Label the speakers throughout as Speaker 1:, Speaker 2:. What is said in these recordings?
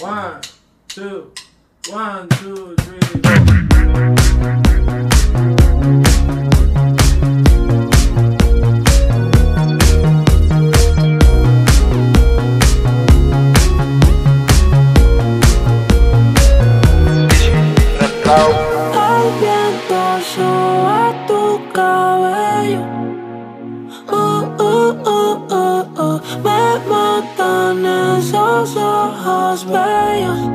Speaker 1: One, two, one, two, three. Four.
Speaker 2: El viento sube tu cabello. Uh, uh, uh, uh, uh. Me matan esos ojos bellos.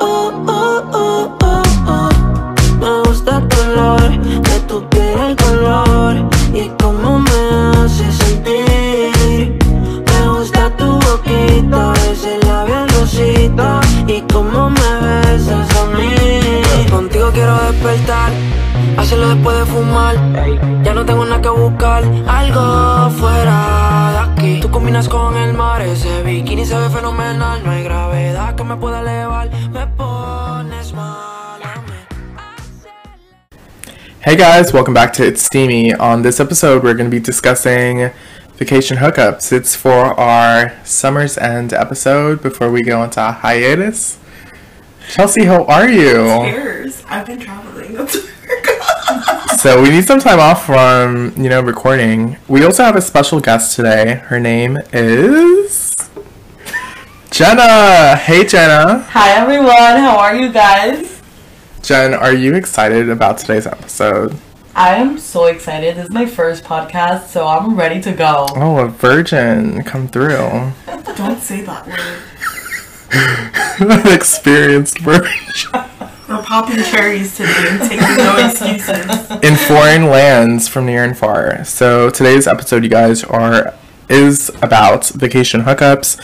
Speaker 2: Uh, uh, uh, uh, uh. Me gusta el color de tu piel, el color y cómo me hace sentir. Me gusta tu boquita, ese labial rosita y cómo me besas a mí. Contigo quiero despertar, hacerlo después de fumar. Ya no tengo nada que buscar, algo fuera de aquí. Tú combinas con el mar, ese bikini se ve fenomenal. No hay gravedad que me pueda elevar, me pones mal a mí.
Speaker 3: Hey guys, welcome back to It's Steamy. On this episode, we're going to be discussing vacation hookups. It's for our summer's end episode before we go into a hiatus. Chelsea, how are you?
Speaker 4: Years. I've been traveling. That's
Speaker 3: So, we need some time off from, you know, recording. We also have a special guest today. Her name is Jenna. Hey, Jenna.
Speaker 4: Hi everyone, how are you guys?
Speaker 3: Jen, are you excited about today's episode?
Speaker 4: I am so excited. This is my first podcast, so I'm ready to go.
Speaker 3: Oh, a virgin come through.
Speaker 4: Don't say that word.
Speaker 3: An experienced virgin.
Speaker 4: We're popping cherries today and taking no excuses.
Speaker 3: in foreign lands from near and far. So today's episode, you guys, are is about vacation hookups.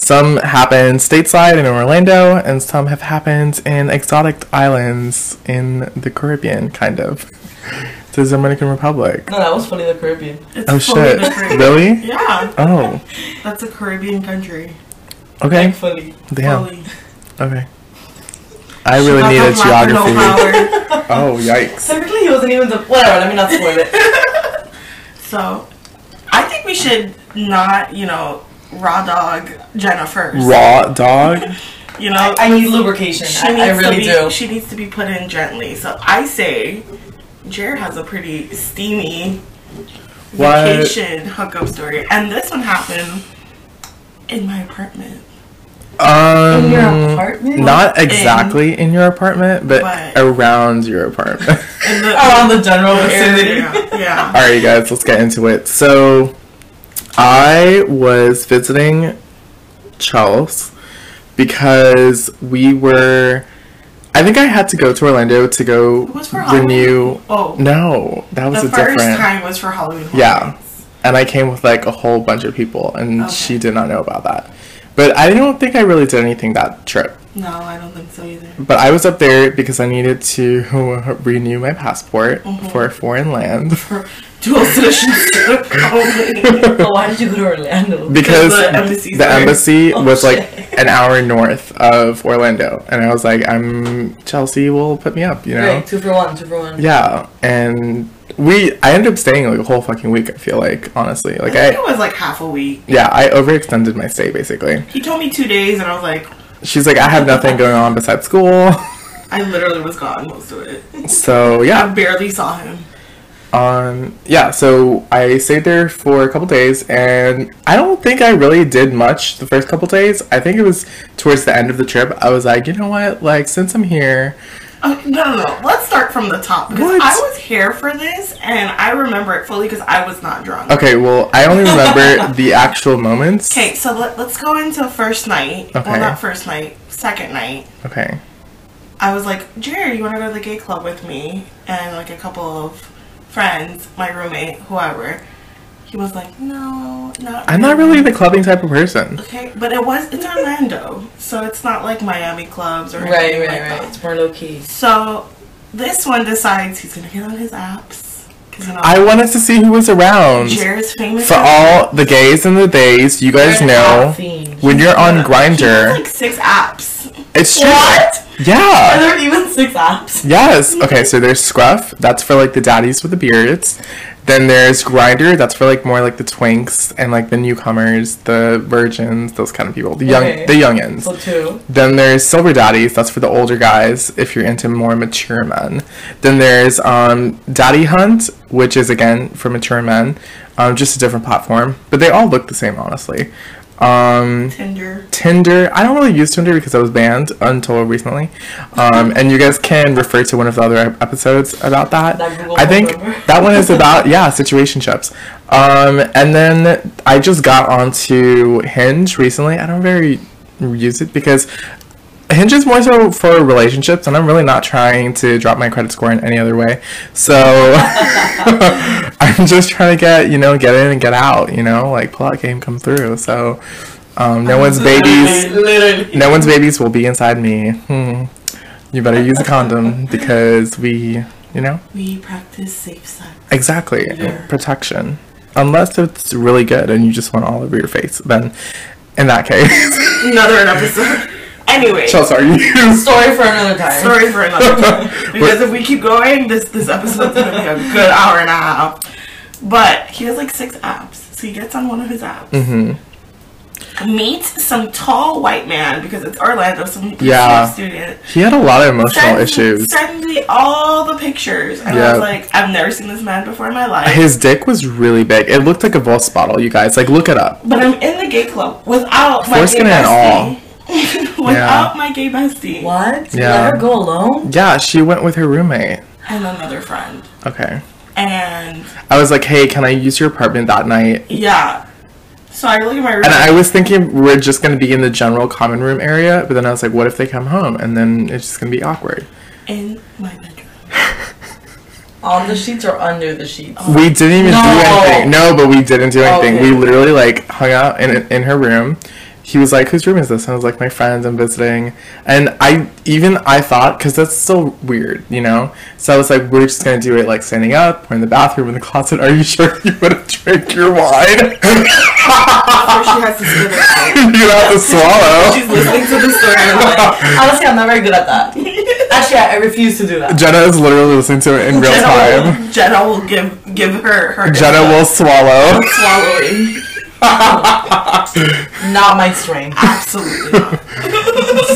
Speaker 3: Some happened stateside in Orlando, and some have happened in exotic islands in the Caribbean, kind of. The Dominican Republic.
Speaker 4: No, that was funny, the Caribbean.
Speaker 5: It's
Speaker 3: Oh
Speaker 5: fully
Speaker 3: shit!
Speaker 5: different.
Speaker 3: Really?
Speaker 5: Yeah,
Speaker 3: Oh.
Speaker 5: that's a Caribbean country.
Speaker 3: Okay.
Speaker 4: Thankfully.
Speaker 3: Damn.
Speaker 5: Fully.
Speaker 3: Okay. I really need a
Speaker 5: That's lack of
Speaker 3: geography.
Speaker 5: willpower.
Speaker 3: Oh yikes!
Speaker 4: Technically, he wasn't even the. Whatever, let me not spoil it.
Speaker 5: so, I think we should not, you know, raw dog Jenna first.
Speaker 3: Raw dog.
Speaker 5: You know,
Speaker 4: I need lubrication.
Speaker 5: she
Speaker 4: I, I
Speaker 5: needs
Speaker 4: really
Speaker 5: to be,
Speaker 4: do.
Speaker 5: She needs to be put in gently. So I say, Jared has a pretty steamy
Speaker 3: What?
Speaker 5: vacation hookup story, and this one happened in my apartment.
Speaker 3: Um.
Speaker 4: In your apartment?
Speaker 3: Not exactly in, your apartment, but,
Speaker 5: But-
Speaker 3: around your apartment.
Speaker 5: In the
Speaker 3: Oh.
Speaker 4: Around the general vicinity.
Speaker 5: area. Yeah.
Speaker 3: All right, you guys, let's get into it. So, I was visiting Charles because we were. I think I had to go to Orlando to go
Speaker 5: was for
Speaker 3: renew.
Speaker 5: Oh,
Speaker 3: No, that was
Speaker 5: the
Speaker 3: a
Speaker 5: first
Speaker 3: different.
Speaker 5: time was for Halloween.
Speaker 3: Yeah. And I came with like a whole bunch of people, and
Speaker 5: Okay.
Speaker 3: she did not know about that. But I don't think I really did anything that trip.
Speaker 5: No, I don't think so either.
Speaker 3: But I was up there because I needed to renew my passport for a foreign land.
Speaker 5: dual citizenship only.
Speaker 4: But Oh, why did you go to Orlando?
Speaker 3: because
Speaker 5: The embassy's
Speaker 3: the
Speaker 5: there.
Speaker 3: embassy
Speaker 4: Oh,
Speaker 3: was like
Speaker 4: shit.
Speaker 3: an hour north of Orlando, and I was like, "I'm Chelsea will put me up," you know?
Speaker 4: Great, two for one, two for one.
Speaker 3: Yeah, and we I ended up staying like a whole fucking week. I feel like honestly,
Speaker 5: I
Speaker 3: like
Speaker 5: think it
Speaker 3: I
Speaker 5: was like half a week.
Speaker 3: yeah I overextended my stay basically.
Speaker 5: He told me two days, and I was like,
Speaker 3: She's like, I have nothing going on besides school,
Speaker 5: I literally was gone most of it.
Speaker 3: so
Speaker 5: I
Speaker 3: yeah.
Speaker 5: barely saw him.
Speaker 3: Um, yeah, so I stayed there for a couple days, and I don't think I really did much the first couple days. I think it was towards the end of the trip. I was like, you know what? Like, since I'm here,
Speaker 5: Uh, no, no, no. Let's start from the top because
Speaker 3: What?
Speaker 5: I was here for this, and I remember it fully because I was not drunk.
Speaker 3: Okay, well, I only remember the actual moments.
Speaker 5: Okay, so let, let's go into first night.
Speaker 3: Okay.
Speaker 5: Well, not first night, second night.
Speaker 3: Okay.
Speaker 5: I was like, Jared, you want to go to the gay club with me? And like a couple of friends, my roommate, whoever. He was like, no, not
Speaker 3: I'm not really the clubbing type of person.
Speaker 5: Okay, but it was it's Orlando, so it's not like Miami clubs or
Speaker 4: Right,
Speaker 5: anything
Speaker 4: right,
Speaker 5: like
Speaker 4: right.
Speaker 5: that.
Speaker 4: It's more low key.
Speaker 5: So this one decides he's gonna get on his apps because you know
Speaker 3: I wanted to see who was around.
Speaker 5: Jared's famous
Speaker 3: For all the gays and the days, you guys know
Speaker 4: Fiend.
Speaker 3: when you're on
Speaker 5: He has,
Speaker 3: Grinder,
Speaker 5: like six apps.
Speaker 3: It's true.
Speaker 4: What? Are
Speaker 3: Yeah.
Speaker 4: there even six apps?
Speaker 3: Yes. Okay, so there's Scruff. That's for like the daddies with the beards. Then there's Grinder. That's for like more like the twinks and like the newcomers, the virgins, those kind of people, the young,
Speaker 4: Okay.
Speaker 3: the youngins.
Speaker 4: Well, two.
Speaker 3: Then there's Silver Daddies, that's for the older guys if you're into more mature men. Then there's um, Daddy Hunt, which is again for mature men, um, just a different platform, but they all look the same, honestly. Um,
Speaker 5: Tinder.
Speaker 3: Tinder, I don't really use Tinder because I was banned until recently. Um, and you guys can refer to one of the other ep- episodes about that.
Speaker 4: That Google
Speaker 3: I think
Speaker 4: Hover.
Speaker 3: that one is about, yeah, situationships. Um, and then I just got onto Hinge recently. I don't very use it because Hinge is more so for relationships, and I'm really not trying to drop my credit score in any other way. So I'm just trying to get, you know, get in and get out, you know, like pull out game, come through. So um, no one's babies,
Speaker 4: Literally.
Speaker 3: no one's babies will be inside me. Hmm. You better use a condom because we, you know,
Speaker 5: We practice safe sex.
Speaker 3: exactly protection. Unless it's really good and you just want all over your face, then in that case,
Speaker 5: Another episode. anyway,
Speaker 3: Chelsea, are you?
Speaker 4: Story for another time.
Speaker 5: story for another time. Because if we keep going, this this episode's gonna be a good hour and a half. But he has like six apps, so he gets on one of his apps.
Speaker 3: Mm-hmm.
Speaker 5: Meets some tall white man because it's Orlando, some PhD
Speaker 3: Yeah.
Speaker 5: student.
Speaker 3: He had a lot of emotional
Speaker 5: Sends-
Speaker 3: issues.
Speaker 5: Send me all the pictures, and I
Speaker 3: Yeah.
Speaker 5: was like, I've never seen this man before in my life.
Speaker 3: His dick was really big. It looked like a Voss bottle, you guys. Like, look it up.
Speaker 5: But I'm in the gay club without my gay
Speaker 3: Foreskin and all.
Speaker 5: bestie. without my gay bestie
Speaker 4: What?
Speaker 3: Yeah.
Speaker 4: Let her go alone?
Speaker 3: Yeah, she went with her roommate.
Speaker 5: and another friend.
Speaker 3: Okay.
Speaker 5: And
Speaker 3: I was like, hey, can I use your apartment that night?
Speaker 5: yeah, so I look at my room.
Speaker 3: And I was thinking we're just going to be in the general common room area, but then I was like, what if they come home? And then it's just going to be awkward.
Speaker 5: in my bedroom.
Speaker 4: On the sheets or under the sheets?
Speaker 3: We didn't even
Speaker 4: No.
Speaker 3: do anything. No, but we didn't do anything.
Speaker 4: Okay.
Speaker 3: We literally, like, hung out in, in her room. He was like, whose room is this? And I was like, my friends, I'm visiting. And I, even I thought, because that's still weird, you know? So I was like, we're just going to do it, like, standing up. We're in the bathroom, in the closet. Are you sure you want to drink your wine?
Speaker 5: Before she has to sit there.
Speaker 3: you don't have to swallow.
Speaker 5: She's listening to the story. I'm like,
Speaker 4: Honestly, I'm not very good at that. Actually, I I refuse to do that.
Speaker 3: Jenna is literally listening to it in real
Speaker 5: Jenna
Speaker 3: time.
Speaker 5: will, Jenna will give give her her
Speaker 3: Jenna will swallow.
Speaker 5: swallowing.
Speaker 4: Not my strength.
Speaker 5: Absolutely not.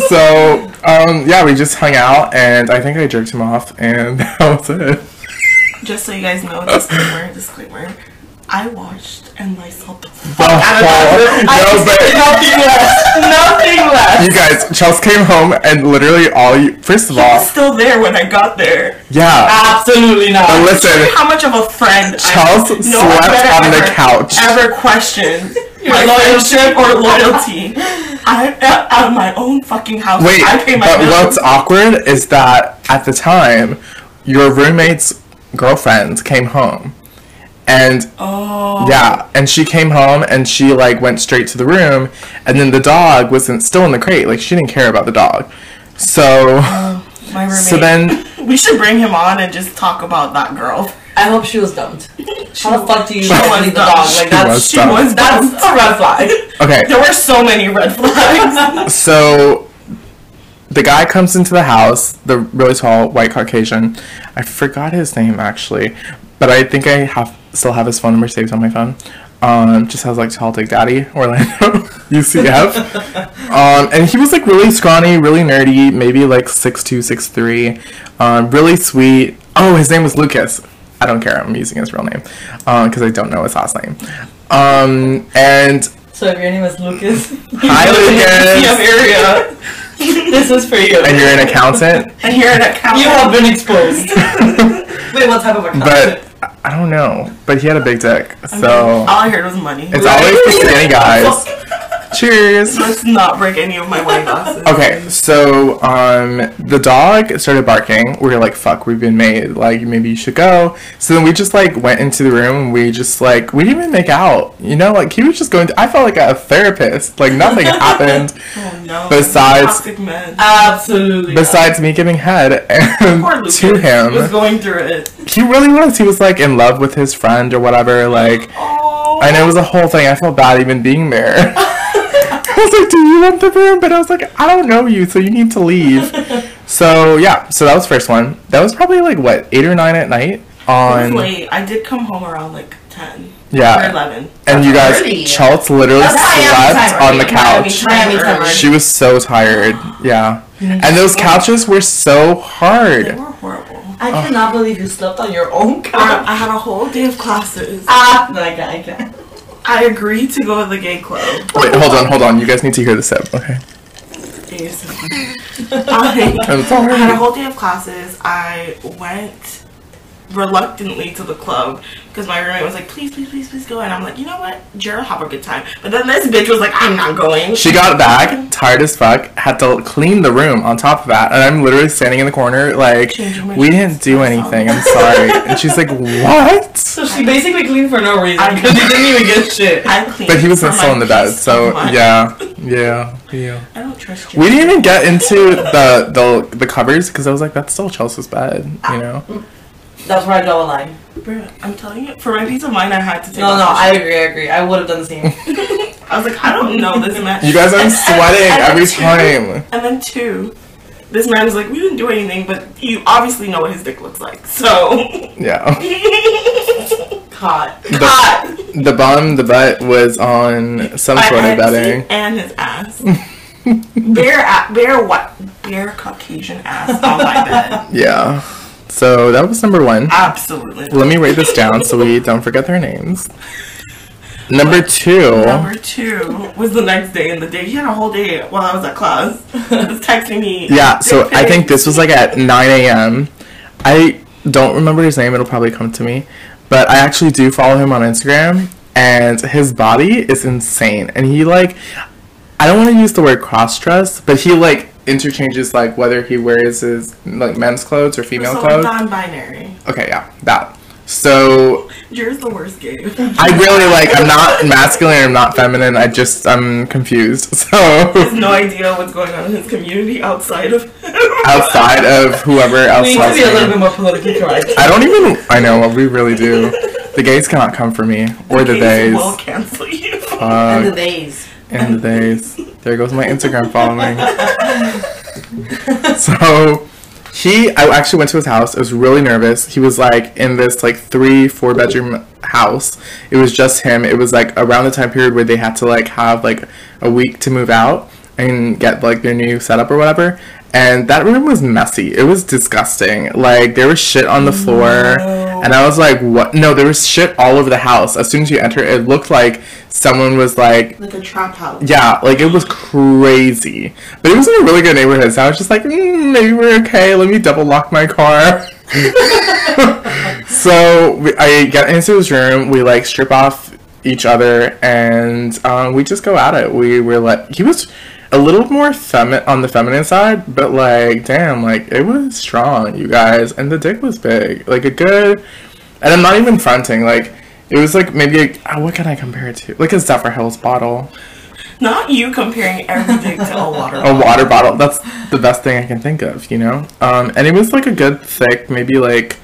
Speaker 3: So, um, yeah, we just hung out, and I think I jerked him off, and that was it.
Speaker 5: Just so you guys know, disclaimer, disclaimer. I watched and Lysol the fuck
Speaker 3: Oh,
Speaker 5: out of that.
Speaker 3: no, but
Speaker 4: Nothing left. Nothing left.
Speaker 3: you guys, Chelsea came home, and literally all you. First of
Speaker 5: I
Speaker 3: all,
Speaker 5: was still there when I got there. Uh,
Speaker 3: yeah.
Speaker 4: Absolutely not.
Speaker 3: But listen,
Speaker 5: How much of a friend
Speaker 3: Chelsea
Speaker 5: I, no, I've
Speaker 3: slept
Speaker 5: never
Speaker 3: on the
Speaker 5: ever,
Speaker 3: couch.
Speaker 5: Ever questioned my
Speaker 4: loyalty.
Speaker 5: loyalty or loyalty? I uh, out of my own fucking house.
Speaker 3: Wait,
Speaker 5: I pay my
Speaker 3: but
Speaker 5: bills.
Speaker 3: what's awkward is that at the time, your roommate's girlfriend came home, and
Speaker 5: Oh.
Speaker 3: Yeah, and she came home and she like went straight to the room, and then the dog wasn't still in the crate. Like she didn't care about the dog. So
Speaker 5: My Oh, roommate.
Speaker 3: so then
Speaker 5: we should bring him on and just talk about that girl.
Speaker 4: I hope she was dumped. How the fuck do you
Speaker 5: She was
Speaker 4: not leave the
Speaker 5: dumped.
Speaker 4: dog?
Speaker 3: She
Speaker 4: Like that's
Speaker 3: was
Speaker 5: She
Speaker 3: Stop.
Speaker 5: was
Speaker 4: that's
Speaker 5: that's
Speaker 4: a red flag.
Speaker 3: okay,
Speaker 5: there were so many red flags.
Speaker 3: so the guy comes into the house, the really tall white Caucasian. I forgot his name actually, but I think I have still have his phone number saved on my phone. Um, just has like tall dick daddy Orlando UCF. Um, and he was like really scrawny, really nerdy, maybe like six two, six three. Um, really sweet. Oh, his name was Lucas. I don't care. I'm using his real name because I don't know his last name. Um, and
Speaker 4: So if your name is Lucas,
Speaker 3: hi,
Speaker 5: Yeah,
Speaker 3: Lucas.
Speaker 5: area.
Speaker 4: this is for you.
Speaker 3: And you're an accountant,
Speaker 5: And here in a couch.
Speaker 4: You have been exposed. Wait, what type of account?
Speaker 3: but I- I don't know. But he had a big dick, so
Speaker 5: all I heard was money.
Speaker 3: it's always the skinny guys. Cheers.
Speaker 5: Let's not break any of my wine glasses.
Speaker 3: Okay, so um, the dog started barking. We were like, "Fuck, we've been made. Like, maybe you should go." So then we just like went into the room. and We just like we didn't even make out. You know, like he was just going. I felt like a therapist. Like nothing happened
Speaker 5: Oh no.
Speaker 3: Besides-
Speaker 5: Toxic men.
Speaker 4: Absolutely. not.
Speaker 3: besides me giving head and
Speaker 5: Poor Lucas
Speaker 3: to
Speaker 5: was
Speaker 3: him.
Speaker 5: going through it.
Speaker 3: He really was. He was like in love with his friend or whatever. Like,
Speaker 5: Oh.
Speaker 3: and it was a whole thing. I felt bad even being there. was like, "Do you want the room?" But I was like, "I don't know you, so you need to leave." so yeah, so that was the first one. That was probably like what eight or nine at night
Speaker 5: It was
Speaker 3: on.
Speaker 5: late. I did come home around like 10 or
Speaker 3: Yeah,
Speaker 5: 11.
Speaker 3: and you guys,
Speaker 4: Pretty.
Speaker 3: Chelt literally
Speaker 4: That's Miami
Speaker 3: slept
Speaker 4: summer,
Speaker 3: on the
Speaker 4: yeah,
Speaker 3: couch.
Speaker 4: Miami, Miami summer.
Speaker 3: She was so tired. Yeah, and those couches were so
Speaker 5: They
Speaker 3: hard.
Speaker 5: were horrible. Girl,
Speaker 3: Oh.
Speaker 4: I cannot believe you slept on your own couch.
Speaker 5: I had a whole day of classes.
Speaker 4: Ah, no, I can't. I can't.
Speaker 5: I agreed to go to the gay club.
Speaker 3: Wait, hold on, hold on. You guys need to hear this up. Okay.
Speaker 5: ASMR. I
Speaker 3: I'm sorry.
Speaker 5: Oh, I had a whole day of classes. I went reluctantly to the club because my roommate was like, please, please, please, please go. And I'm like, you know what? Gerald, have a good time. But then this bitch was like, I'm not going.
Speaker 3: She got back, tired as fuck, had to clean the room on top of that, and I'm literally standing in the corner like,
Speaker 5: Changing my
Speaker 3: we
Speaker 5: sheets.
Speaker 3: didn't do
Speaker 5: I'm
Speaker 3: anything, I'm sorry. And she's like, what?
Speaker 4: So she basically cleaned for no reason
Speaker 5: I-
Speaker 4: because you didn't even get shit.
Speaker 5: I cleaned.
Speaker 3: But he was
Speaker 5: for
Speaker 3: not still
Speaker 5: my
Speaker 3: in the bed,
Speaker 5: peace of
Speaker 3: so
Speaker 5: mind.
Speaker 3: yeah, yeah, yeah.
Speaker 5: I don't trust you.
Speaker 3: We didn't even get into the the, the covers because I was like, that's still Chelsea's bed, you know.
Speaker 4: That's where I draw the line.
Speaker 5: Bruh, I'm telling you, for my peace of mind, I had to take
Speaker 4: No,
Speaker 5: off
Speaker 4: no,
Speaker 5: my
Speaker 4: I agree, I agree. I would have done the same.
Speaker 5: shoes. I was like, I don't know this man.
Speaker 3: You guys are
Speaker 5: And-
Speaker 3: sweating
Speaker 5: and- and
Speaker 3: every
Speaker 5: then two-
Speaker 3: time.
Speaker 5: And then two, this man was like, we didn't do anything, but you obviously know what his dick looks like. So,
Speaker 3: Yeah,
Speaker 4: Caught.
Speaker 5: God.
Speaker 3: the bum, the butt was on some
Speaker 5: I-
Speaker 3: sort
Speaker 5: I
Speaker 3: of
Speaker 5: had to see
Speaker 3: bedding.
Speaker 5: it And his ass. bare, a- bare what? Bare Caucasian ass on my bed.
Speaker 3: Yeah, so that was number one.
Speaker 5: Absolutely.
Speaker 3: Let me write this down so we don't forget their names. Number two.
Speaker 5: Number two was the next day in the day. He had a whole day while I was at class. He was texting me.
Speaker 3: Yeah, so
Speaker 5: dick
Speaker 3: I think
Speaker 5: pics.
Speaker 3: this was like at 9 a.m. I don't remember his name, it'll probably come to me. But I actually do follow him on Instagram, and his body is insane. And he, like, I don't want to use the word cross dress, but he, like, interchanges, like, whether he wears his, like, men's clothes or female
Speaker 5: so
Speaker 3: clothes.
Speaker 5: non-binary.
Speaker 3: Okay, yeah, that. So
Speaker 5: Yours the worst game.
Speaker 3: I really like. I'm not masculine. I'm not feminine. I just I'm confused.
Speaker 5: Has
Speaker 3: So
Speaker 5: no idea what's going on in his community outside of
Speaker 3: outside of whoever else,
Speaker 4: We need to
Speaker 3: loves
Speaker 4: be a little
Speaker 3: me,
Speaker 4: bit more politically correct.
Speaker 3: I don't even. I know we really do. The gays cannot come for me or the
Speaker 5: Gays
Speaker 3: days.
Speaker 5: will cancel you.
Speaker 4: And the
Speaker 3: Uh,
Speaker 4: days.
Speaker 3: and the days. There goes my Instagram following. so he, I actually went to his house. I was really nervous. He was like in this like three, four bedroom house. It was just him. It was like around the time period where they had to like have like a week to move out and get like their new setup or whatever. And that room was messy. It was disgusting. Like there was shit on the floor. And I was like, what? No, there was shit all over the house. As soon as you enter, it looked like someone was like
Speaker 5: Like a trap house.
Speaker 3: yeah, like it was crazy. But it was in a really good neighborhood, so I was just like, mm, maybe we're okay. Let me double lock my car. so we, I get into his room. We like strip off each other, and um, we just go at it. We were like, he was a little more femi- on the feminine side, but like, damn, like it was strong, you guys, and the dick was big, like a good. And I'm not even fronting, like. It was like maybe a, ah, what can I compare it to? Like a Zephyr Hills bottle.
Speaker 5: Not you comparing everything to a water.
Speaker 3: a water bottle. That's the best thing I can think of, you know. Um, and it was like a good thick, maybe like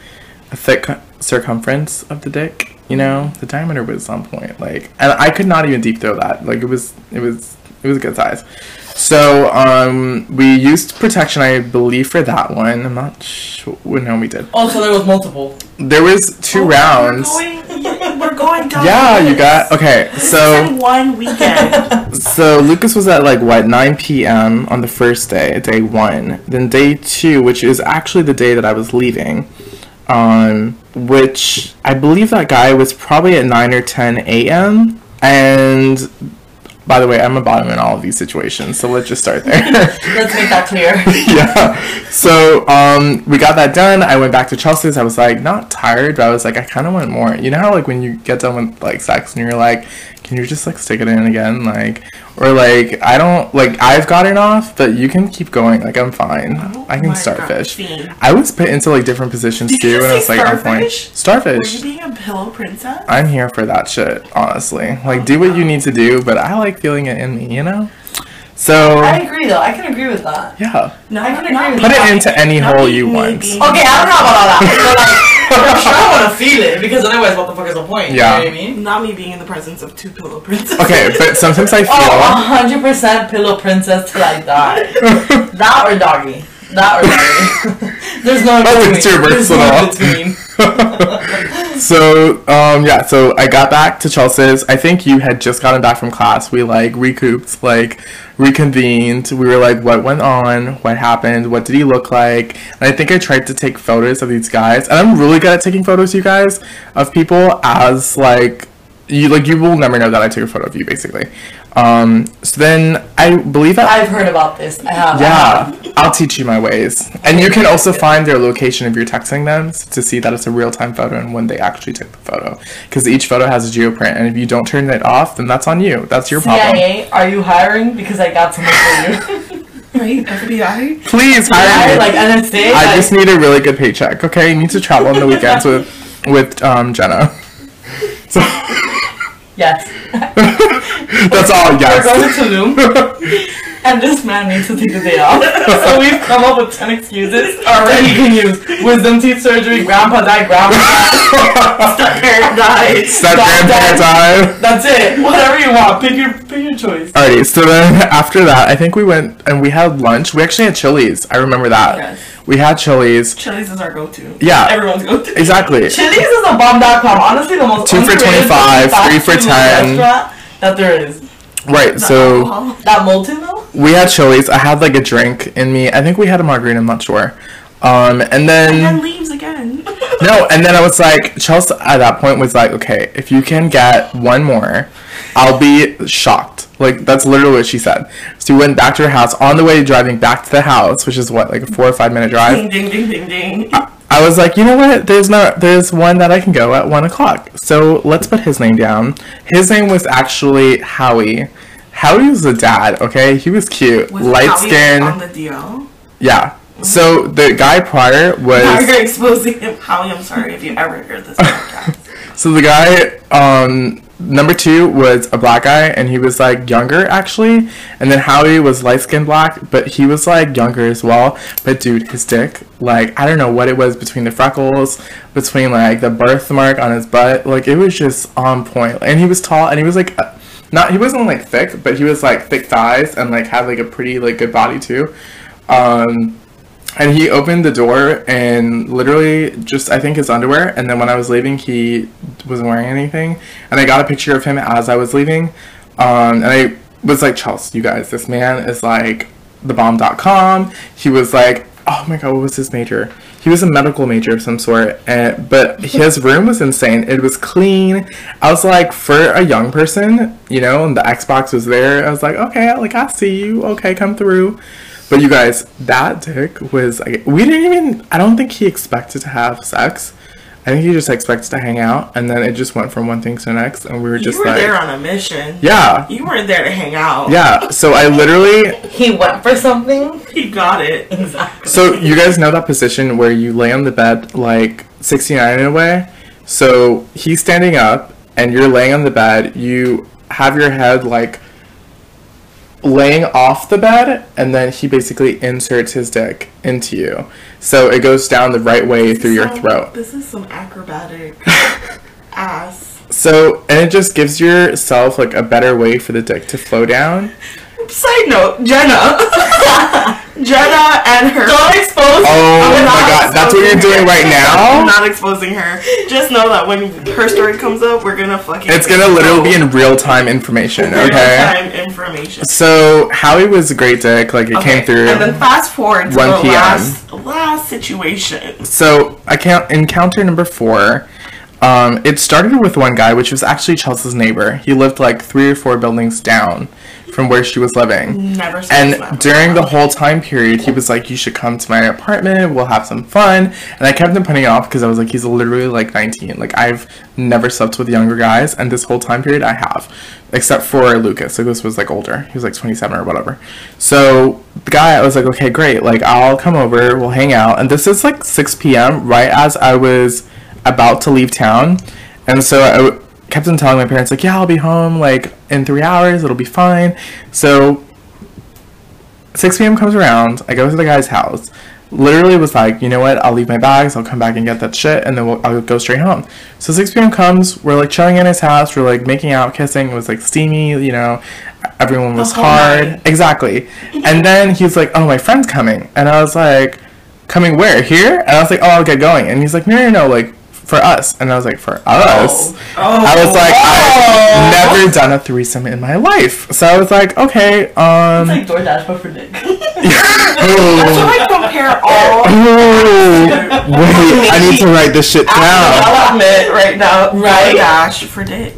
Speaker 3: a thick circumference of the dick. You know, the diameter was on point. Like, and I could not even deep throw that. Like, it was, it was, it was a good size. So, um, we used protection, I believe, for that one. I'm not sure. No, we did.
Speaker 4: Oh, so there was multiple.
Speaker 3: There was two rounds.
Speaker 5: Oh, We're going, we're going down.
Speaker 3: yeah,
Speaker 5: the
Speaker 3: you got
Speaker 5: list.
Speaker 3: okay. So
Speaker 5: In one weekend.
Speaker 3: So Lucas was at like what 9 p.m. on the first day, day one. Then day two, which is actually the day that I was leaving, um, which I believe that guy was probably at 9 or 10 a.m. And by the way, I'm a bottom in all of these situations, so let's just start there.
Speaker 4: Let's make that clear.
Speaker 3: yeah. So um, we got that done. I went back to Chelsea's. I was like not tired, but I was like I kind of want more. You know how like when you get done with like sex and you're like, can you just like stick it in again, like, or like I don't like I've gotten off, but you can keep going. Like I'm fine. I
Speaker 5: Oh my
Speaker 3: can
Speaker 5: God,
Speaker 3: starfish.
Speaker 5: fiend.
Speaker 3: I was put into like different positions
Speaker 5: Did you
Speaker 3: too, and I
Speaker 5: say
Speaker 3: was like I'm fine.
Speaker 5: starfish? Were
Speaker 3: Starfish.
Speaker 5: you being a pillow princess?
Speaker 3: I'm here for that shit, honestly. Like, do what you need to do, but I like feeling it in me, you know? So
Speaker 4: I agree though. I can agree with that.
Speaker 3: yeah,
Speaker 5: No,
Speaker 4: I can
Speaker 5: not
Speaker 4: agree with
Speaker 5: me.
Speaker 3: put it into any
Speaker 5: Not
Speaker 3: hole
Speaker 5: me,
Speaker 3: you
Speaker 5: me
Speaker 3: want.
Speaker 5: being-
Speaker 4: Okay, I don't know about all that. But like, I'm sure I want to feel it because otherwise, what the fuck is the point?
Speaker 3: Yeah.
Speaker 4: You know what I mean?
Speaker 5: Not me being in the presence of two pillow princesses.
Speaker 3: Okay, but sometimes I feel
Speaker 4: Oh, 100% pillow princess till I die. that or doggy. That or doggy. There's no in
Speaker 3: Nothing
Speaker 4: between.
Speaker 3: too
Speaker 4: There's no in
Speaker 3: personal.
Speaker 4: between.
Speaker 3: so um yeah, so I got back to Chelsea's. I think you had just gotten back from class. We like recouped, like reconvened. We were like, what went on? What happened? What did he look like? And I think I tried to take photos of these guys. And I'm really good at taking photos, you guys, of people as like you like you will never know that I took a photo of you basically. Um so then I believe that
Speaker 4: I've heard about this. I have. I have.
Speaker 3: Yeah, I'll teach you my ways. And you can also find their location if you're texting them s- to see that it's a real time photo and when they actually took the photo. Because each photo has a geoprint, and if you don't turn it off, then that's on you. That's your problem.
Speaker 4: CIA, are you hiring? Because I got someone for you.
Speaker 5: Right? FBI?
Speaker 3: Please hire
Speaker 4: Hire,
Speaker 3: me.
Speaker 4: like NSA.
Speaker 3: I
Speaker 4: like-
Speaker 3: just need a really good paycheck, okay? You need to travel on the weekends with with um, Jenna. So
Speaker 4: yes.
Speaker 3: that's all.
Speaker 4: We're
Speaker 3: Yes.
Speaker 4: going to Tulum, and this man needs to take the day off. So we've come up with ten excuses already you can use: wisdom teeth surgery, grandpa died, grandma. died,
Speaker 5: Paradise.
Speaker 3: It's that
Speaker 4: That-
Speaker 3: grandparent time.
Speaker 4: That's it. Whatever you want, pick your pick your choice.
Speaker 3: Alrighty, so then after that, I think we went and we had lunch. We actually had Chili's. I remember that.
Speaker 5: Yes.
Speaker 3: We had Chili's.
Speaker 5: Chili's is our go to.
Speaker 3: Yeah.
Speaker 5: Everyone's go to.
Speaker 3: Exactly.
Speaker 4: Chili's is a bomb.com. Honestly, the most
Speaker 3: Two for
Speaker 4: underrated
Speaker 3: 25,
Speaker 4: fast
Speaker 3: three for
Speaker 4: food
Speaker 3: 10.
Speaker 4: restaurant that there is.
Speaker 3: Right, so
Speaker 5: Alcohol.
Speaker 4: That molten though.
Speaker 3: we had Chili's. I had like a drink in me. I think we had a margarita, I'm not sure. Um, and
Speaker 5: And
Speaker 3: then
Speaker 5: then leaves again.
Speaker 3: no, and then I was like, Chelsea at that point was like, okay, if you can get one more, I'll be shocked. Like that's literally what she said. So we went back to her house. On the way driving back to the house, which is what like a four or five minute drive.
Speaker 5: ding, ding, ding, ding, ding.
Speaker 3: I was like, you know what? There's not. There's one that I can go at one o'clock. So let's put his name down. His name was actually Howie. Howie was a dad. Okay, he was cute,
Speaker 5: Was
Speaker 3: light
Speaker 5: Howie
Speaker 3: skin.
Speaker 5: On the DL.
Speaker 3: Yeah. So the guy prior
Speaker 5: Now
Speaker 3: was
Speaker 5: you're exposing him. Howie, I'm sorry if you ever hear this podcast.
Speaker 3: so the guy um number two was a black guy and he was like younger actually and then howie was light skinned black but he was like younger as well but dude his dick like i don't know what it was between the freckles between like the birthmark on his butt like it was just on point and he was tall and he was like uh, not he wasn't like thick but he was like thick thighs and like had like a pretty like good body too um and he opened the door and literally just, I think, his underwear. And then when I was leaving, he wasn't wearing anything. And I got a picture of him as I was leaving. Um, and I was like, Chelsea, you guys, this man is like thebomb.com. He was like, oh my God, what was his major? He was a medical major of some sort. And, but his room was insane. It was clean. I was like, for a young person, you know, and the Xbox was there. I was like, okay, like, I see you. Okay, come through. But you guys, that dick was like, we didn't even, I don't think he expected to have sex. I think he just expected to hang out. And then it just went from one thing to the next. And we were just
Speaker 5: you were
Speaker 3: like,
Speaker 5: there on a mission.
Speaker 3: yeah,
Speaker 5: You weren't there to hang out.
Speaker 3: yeah. So I literally,
Speaker 4: He went for something.
Speaker 5: He got it.
Speaker 4: Exactly.
Speaker 3: so you guys know that position where you lay on the bed like 69 in a way? So he's standing up and you're laying on the bed. You have your head like laying off the bed and then he basically inserts his dick into you. So it goes down the right way through your
Speaker 5: So,
Speaker 3: throat.
Speaker 5: This is some acrobatic ass.
Speaker 3: So, and it just gives yourself like a better way for the dick to flow down.
Speaker 5: Side note, Jenna. Jenna and her.
Speaker 4: Don't expose.
Speaker 3: Oh
Speaker 5: I'm
Speaker 3: my
Speaker 5: not
Speaker 3: god, that's what you're
Speaker 5: exposing
Speaker 3: doing
Speaker 5: her.
Speaker 3: right now?
Speaker 5: I'm not exposing her. Just know that when her story comes up, we're gonna fucking.
Speaker 3: It's gonna literally be in real time information, okay?
Speaker 5: Time information.
Speaker 3: So, Howie was a great dick, like it
Speaker 5: Okay,
Speaker 3: came through.
Speaker 5: And then fast forward to
Speaker 3: 1
Speaker 5: the
Speaker 3: p.m..
Speaker 5: last last situation.
Speaker 3: so I count encounter number four. Um, it started with one guy, which was actually Chelsea's neighbor. He lived like three or four buildings down from where she was living.
Speaker 5: Never. saw this
Speaker 3: And
Speaker 5: one.
Speaker 3: during the whole time period, he was like, "You should come to my apartment. We'll have some fun." And I kept him putting it off because I was like, "He's literally like 19. Like I've never slept with younger guys, and this whole time period I have, except for Lucas. So this was like older. He was like 27 or whatever." So the guy, I was like, "Okay, great. Like I'll come over. We'll hang out." And this is like 6 p.m. right as I was about to leave town, and so I. W- kept on telling my parents like yeah i'll be home like in three hours it'll be fine so 6 p.m. comes around. I go to the guy's house. Literally was like, you know what? I'll leave my bags. I'll come back and get that shit, and then we'll, I'll go straight home. So 6 p.m. comes. We're like chilling in his house. We're like making out, kissing. It was like steamy. You know, everyone was
Speaker 5: whole
Speaker 3: hard.
Speaker 5: night.
Speaker 3: Exactly. and then he's like, oh, my friend's coming, and I was like, coming where? Here? And I was like, oh, I'll get going. And he's like, no, no, no, like for us. And I was like, for us. I was like, I've never done a threesome in my life. So I was like, okay, um.
Speaker 4: It's like DoorDash, but for dick.
Speaker 3: Oh.
Speaker 5: So I compare all.
Speaker 3: Ooh, Oh. wait, I need to write this shit down.
Speaker 5: I'll admit right now.
Speaker 4: Right.
Speaker 5: Dash for dick.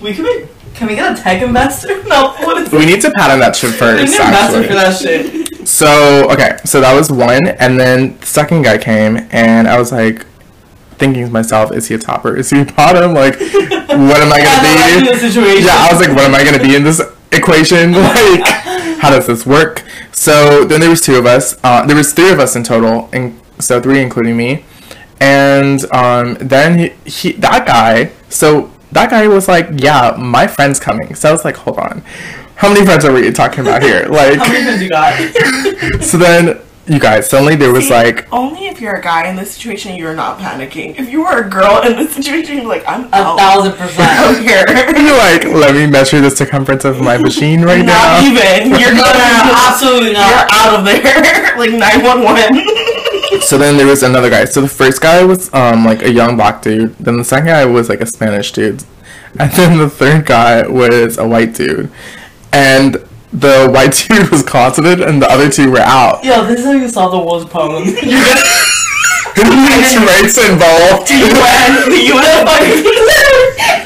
Speaker 4: we can make. Can we get a tech investor? No, what is
Speaker 3: We need to pattern that shit
Speaker 4: We
Speaker 3: first,
Speaker 4: need an investor for
Speaker 3: actually.
Speaker 4: that shit.
Speaker 3: So, okay, so that was one, and then the second guy came, and I was like, thinking to myself, is he a top or is he a bottom? Like, what am I
Speaker 4: I
Speaker 3: gonna
Speaker 4: don't
Speaker 3: be?
Speaker 4: like the situation.
Speaker 3: Yeah, I was like, what am I gonna be in this equation? Like, how does this work? So then there was two of us. Uh, there was three of us in total, and so three including me. And um, then he, he that guy. So that guy was like, yeah, my friend's coming. So I was like, hold on, how many friends are we talking about here?
Speaker 4: How
Speaker 3: Like,
Speaker 4: many friends you got?
Speaker 3: so then you guys suddenly there was
Speaker 5: See,
Speaker 3: like.
Speaker 5: only if you're a guy in this situation, you're not panicking. If you were a girl in this situation, you're like, I'm
Speaker 4: A
Speaker 5: out.
Speaker 4: thousand percent.
Speaker 5: I'm here.
Speaker 3: You're like, let me measure the circumference of my machine right
Speaker 5: Not
Speaker 3: now.
Speaker 5: even. You're gonna.
Speaker 4: Absolutely
Speaker 5: You're
Speaker 4: not.
Speaker 5: out of there. like nine one one.
Speaker 3: So then there was another guy. So the first guy was um like a young black dude. Then the second guy was like a Spanish dude, and then the third guy was a white dude, and the white dude was closeted, and the other two were out.
Speaker 4: Yo, this is how you solve the world's problems. You
Speaker 3: Race involved.
Speaker 5: UN. The UN. Like, the UN.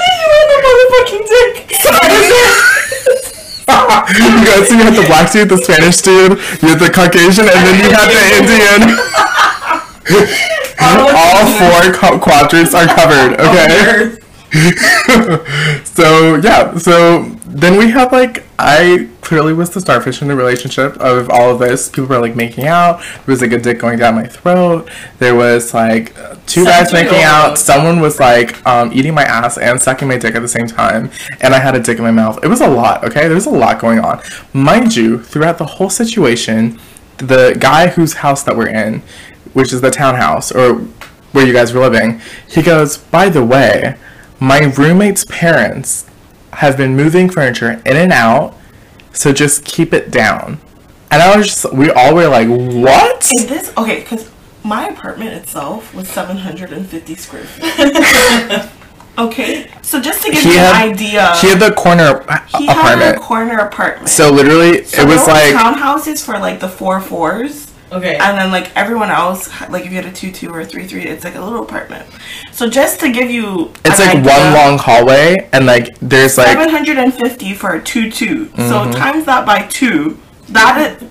Speaker 5: The motherfucking dick.
Speaker 3: you guys, so you had the black dude, the Spanish dude, you had the Caucasian, and then you had the Indian. All four co- quadrants are covered. Okay. so yeah, so then we had like I clearly was the starfish in the relationship of all of this. People were like making out. There was like a dick going down my throat. There was like two guys
Speaker 4: Sucking
Speaker 3: making
Speaker 4: your-
Speaker 3: out. Someone was like um, eating my ass and sucking my dick at the same time, and I had a dick in my mouth. It was a lot. Okay, there was a lot going on, mind you. Throughout the whole situation, the guy whose house that we're in, which is the townhouse or where you guys were living, he goes, By the way, my roommate's parents have been moving furniture in and out, so just keep it down. And I was just, we all were like, What?
Speaker 5: Is this okay? Because my apartment itself was 750 square feet. okay, so just to give
Speaker 3: He
Speaker 5: you
Speaker 3: had-
Speaker 5: an idea,
Speaker 3: She had the corner a-
Speaker 5: he had a
Speaker 3: apartment.
Speaker 5: corner apartment.
Speaker 3: So literally,
Speaker 5: So
Speaker 3: it was
Speaker 5: there
Speaker 3: like,
Speaker 5: were townhouses for like the four fours,
Speaker 4: Okay.
Speaker 5: and then like everyone else, like if you had a two two or a three three, it's like a little apartment. So just to give you,
Speaker 3: it's
Speaker 5: an
Speaker 3: like one
Speaker 5: idea,
Speaker 3: long hallway, and like, there's like, Mm-hmm.
Speaker 5: 750 for a two two. So times that by two, that is,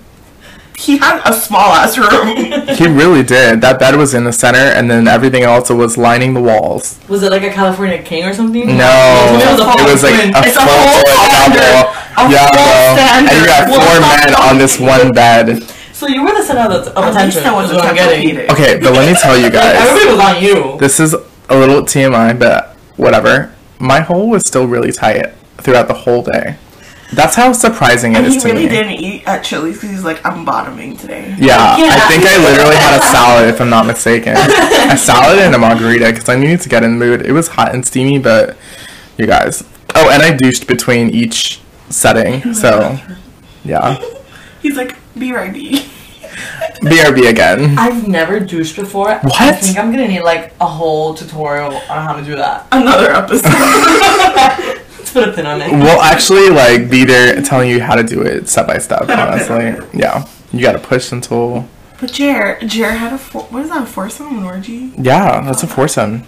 Speaker 5: he had a small ass room.
Speaker 3: he really did. That bed was in the center, and then everything else was lining the walls.
Speaker 4: Was it like a California king or something?
Speaker 3: No,
Speaker 4: It was a
Speaker 3: it was like
Speaker 4: full
Speaker 3: a
Speaker 5: It's a
Speaker 3: full
Speaker 5: full
Speaker 3: double.
Speaker 5: standard. A
Speaker 3: Yeah,
Speaker 5: full
Speaker 3: bro. And you
Speaker 5: standard.
Speaker 3: got
Speaker 5: Full
Speaker 3: four men on this one bed.
Speaker 4: So you were the center of, the, of
Speaker 5: At least
Speaker 4: attention.
Speaker 5: I was
Speaker 4: is what I'm getting.
Speaker 5: a okay.
Speaker 3: Okay, but let me tell you guys.
Speaker 4: Everybody was on you.
Speaker 3: This is a little TMI, but whatever. My hole was still really tight throughout the whole day. That's how surprising it
Speaker 5: And
Speaker 3: is
Speaker 5: he
Speaker 3: to
Speaker 5: really
Speaker 3: me.
Speaker 5: didn't eat at Chili's because he's like, I'm bottoming today.
Speaker 3: Yeah, I
Speaker 4: Yeah.
Speaker 3: think I literally had a salad, if I'm not mistaken. a salad and a margarita, because I needed to get in the mood. It was hot and steamy, but you guys. Oh, and I douched between each setting, so yeah.
Speaker 5: He's like, BRB.
Speaker 3: BRB again.
Speaker 4: I've never douched before. I
Speaker 3: What?
Speaker 4: think I'm gonna need like a whole tutorial on how to do that.
Speaker 5: Another episode.
Speaker 4: Let's put a pin on it.
Speaker 3: We'll actually like be there telling you how to do it step by step. Honestly, yeah, you gotta push until
Speaker 5: but Jer, Jer had a four, what is that, a foursome an orgy?
Speaker 3: yeah, that's a foursome.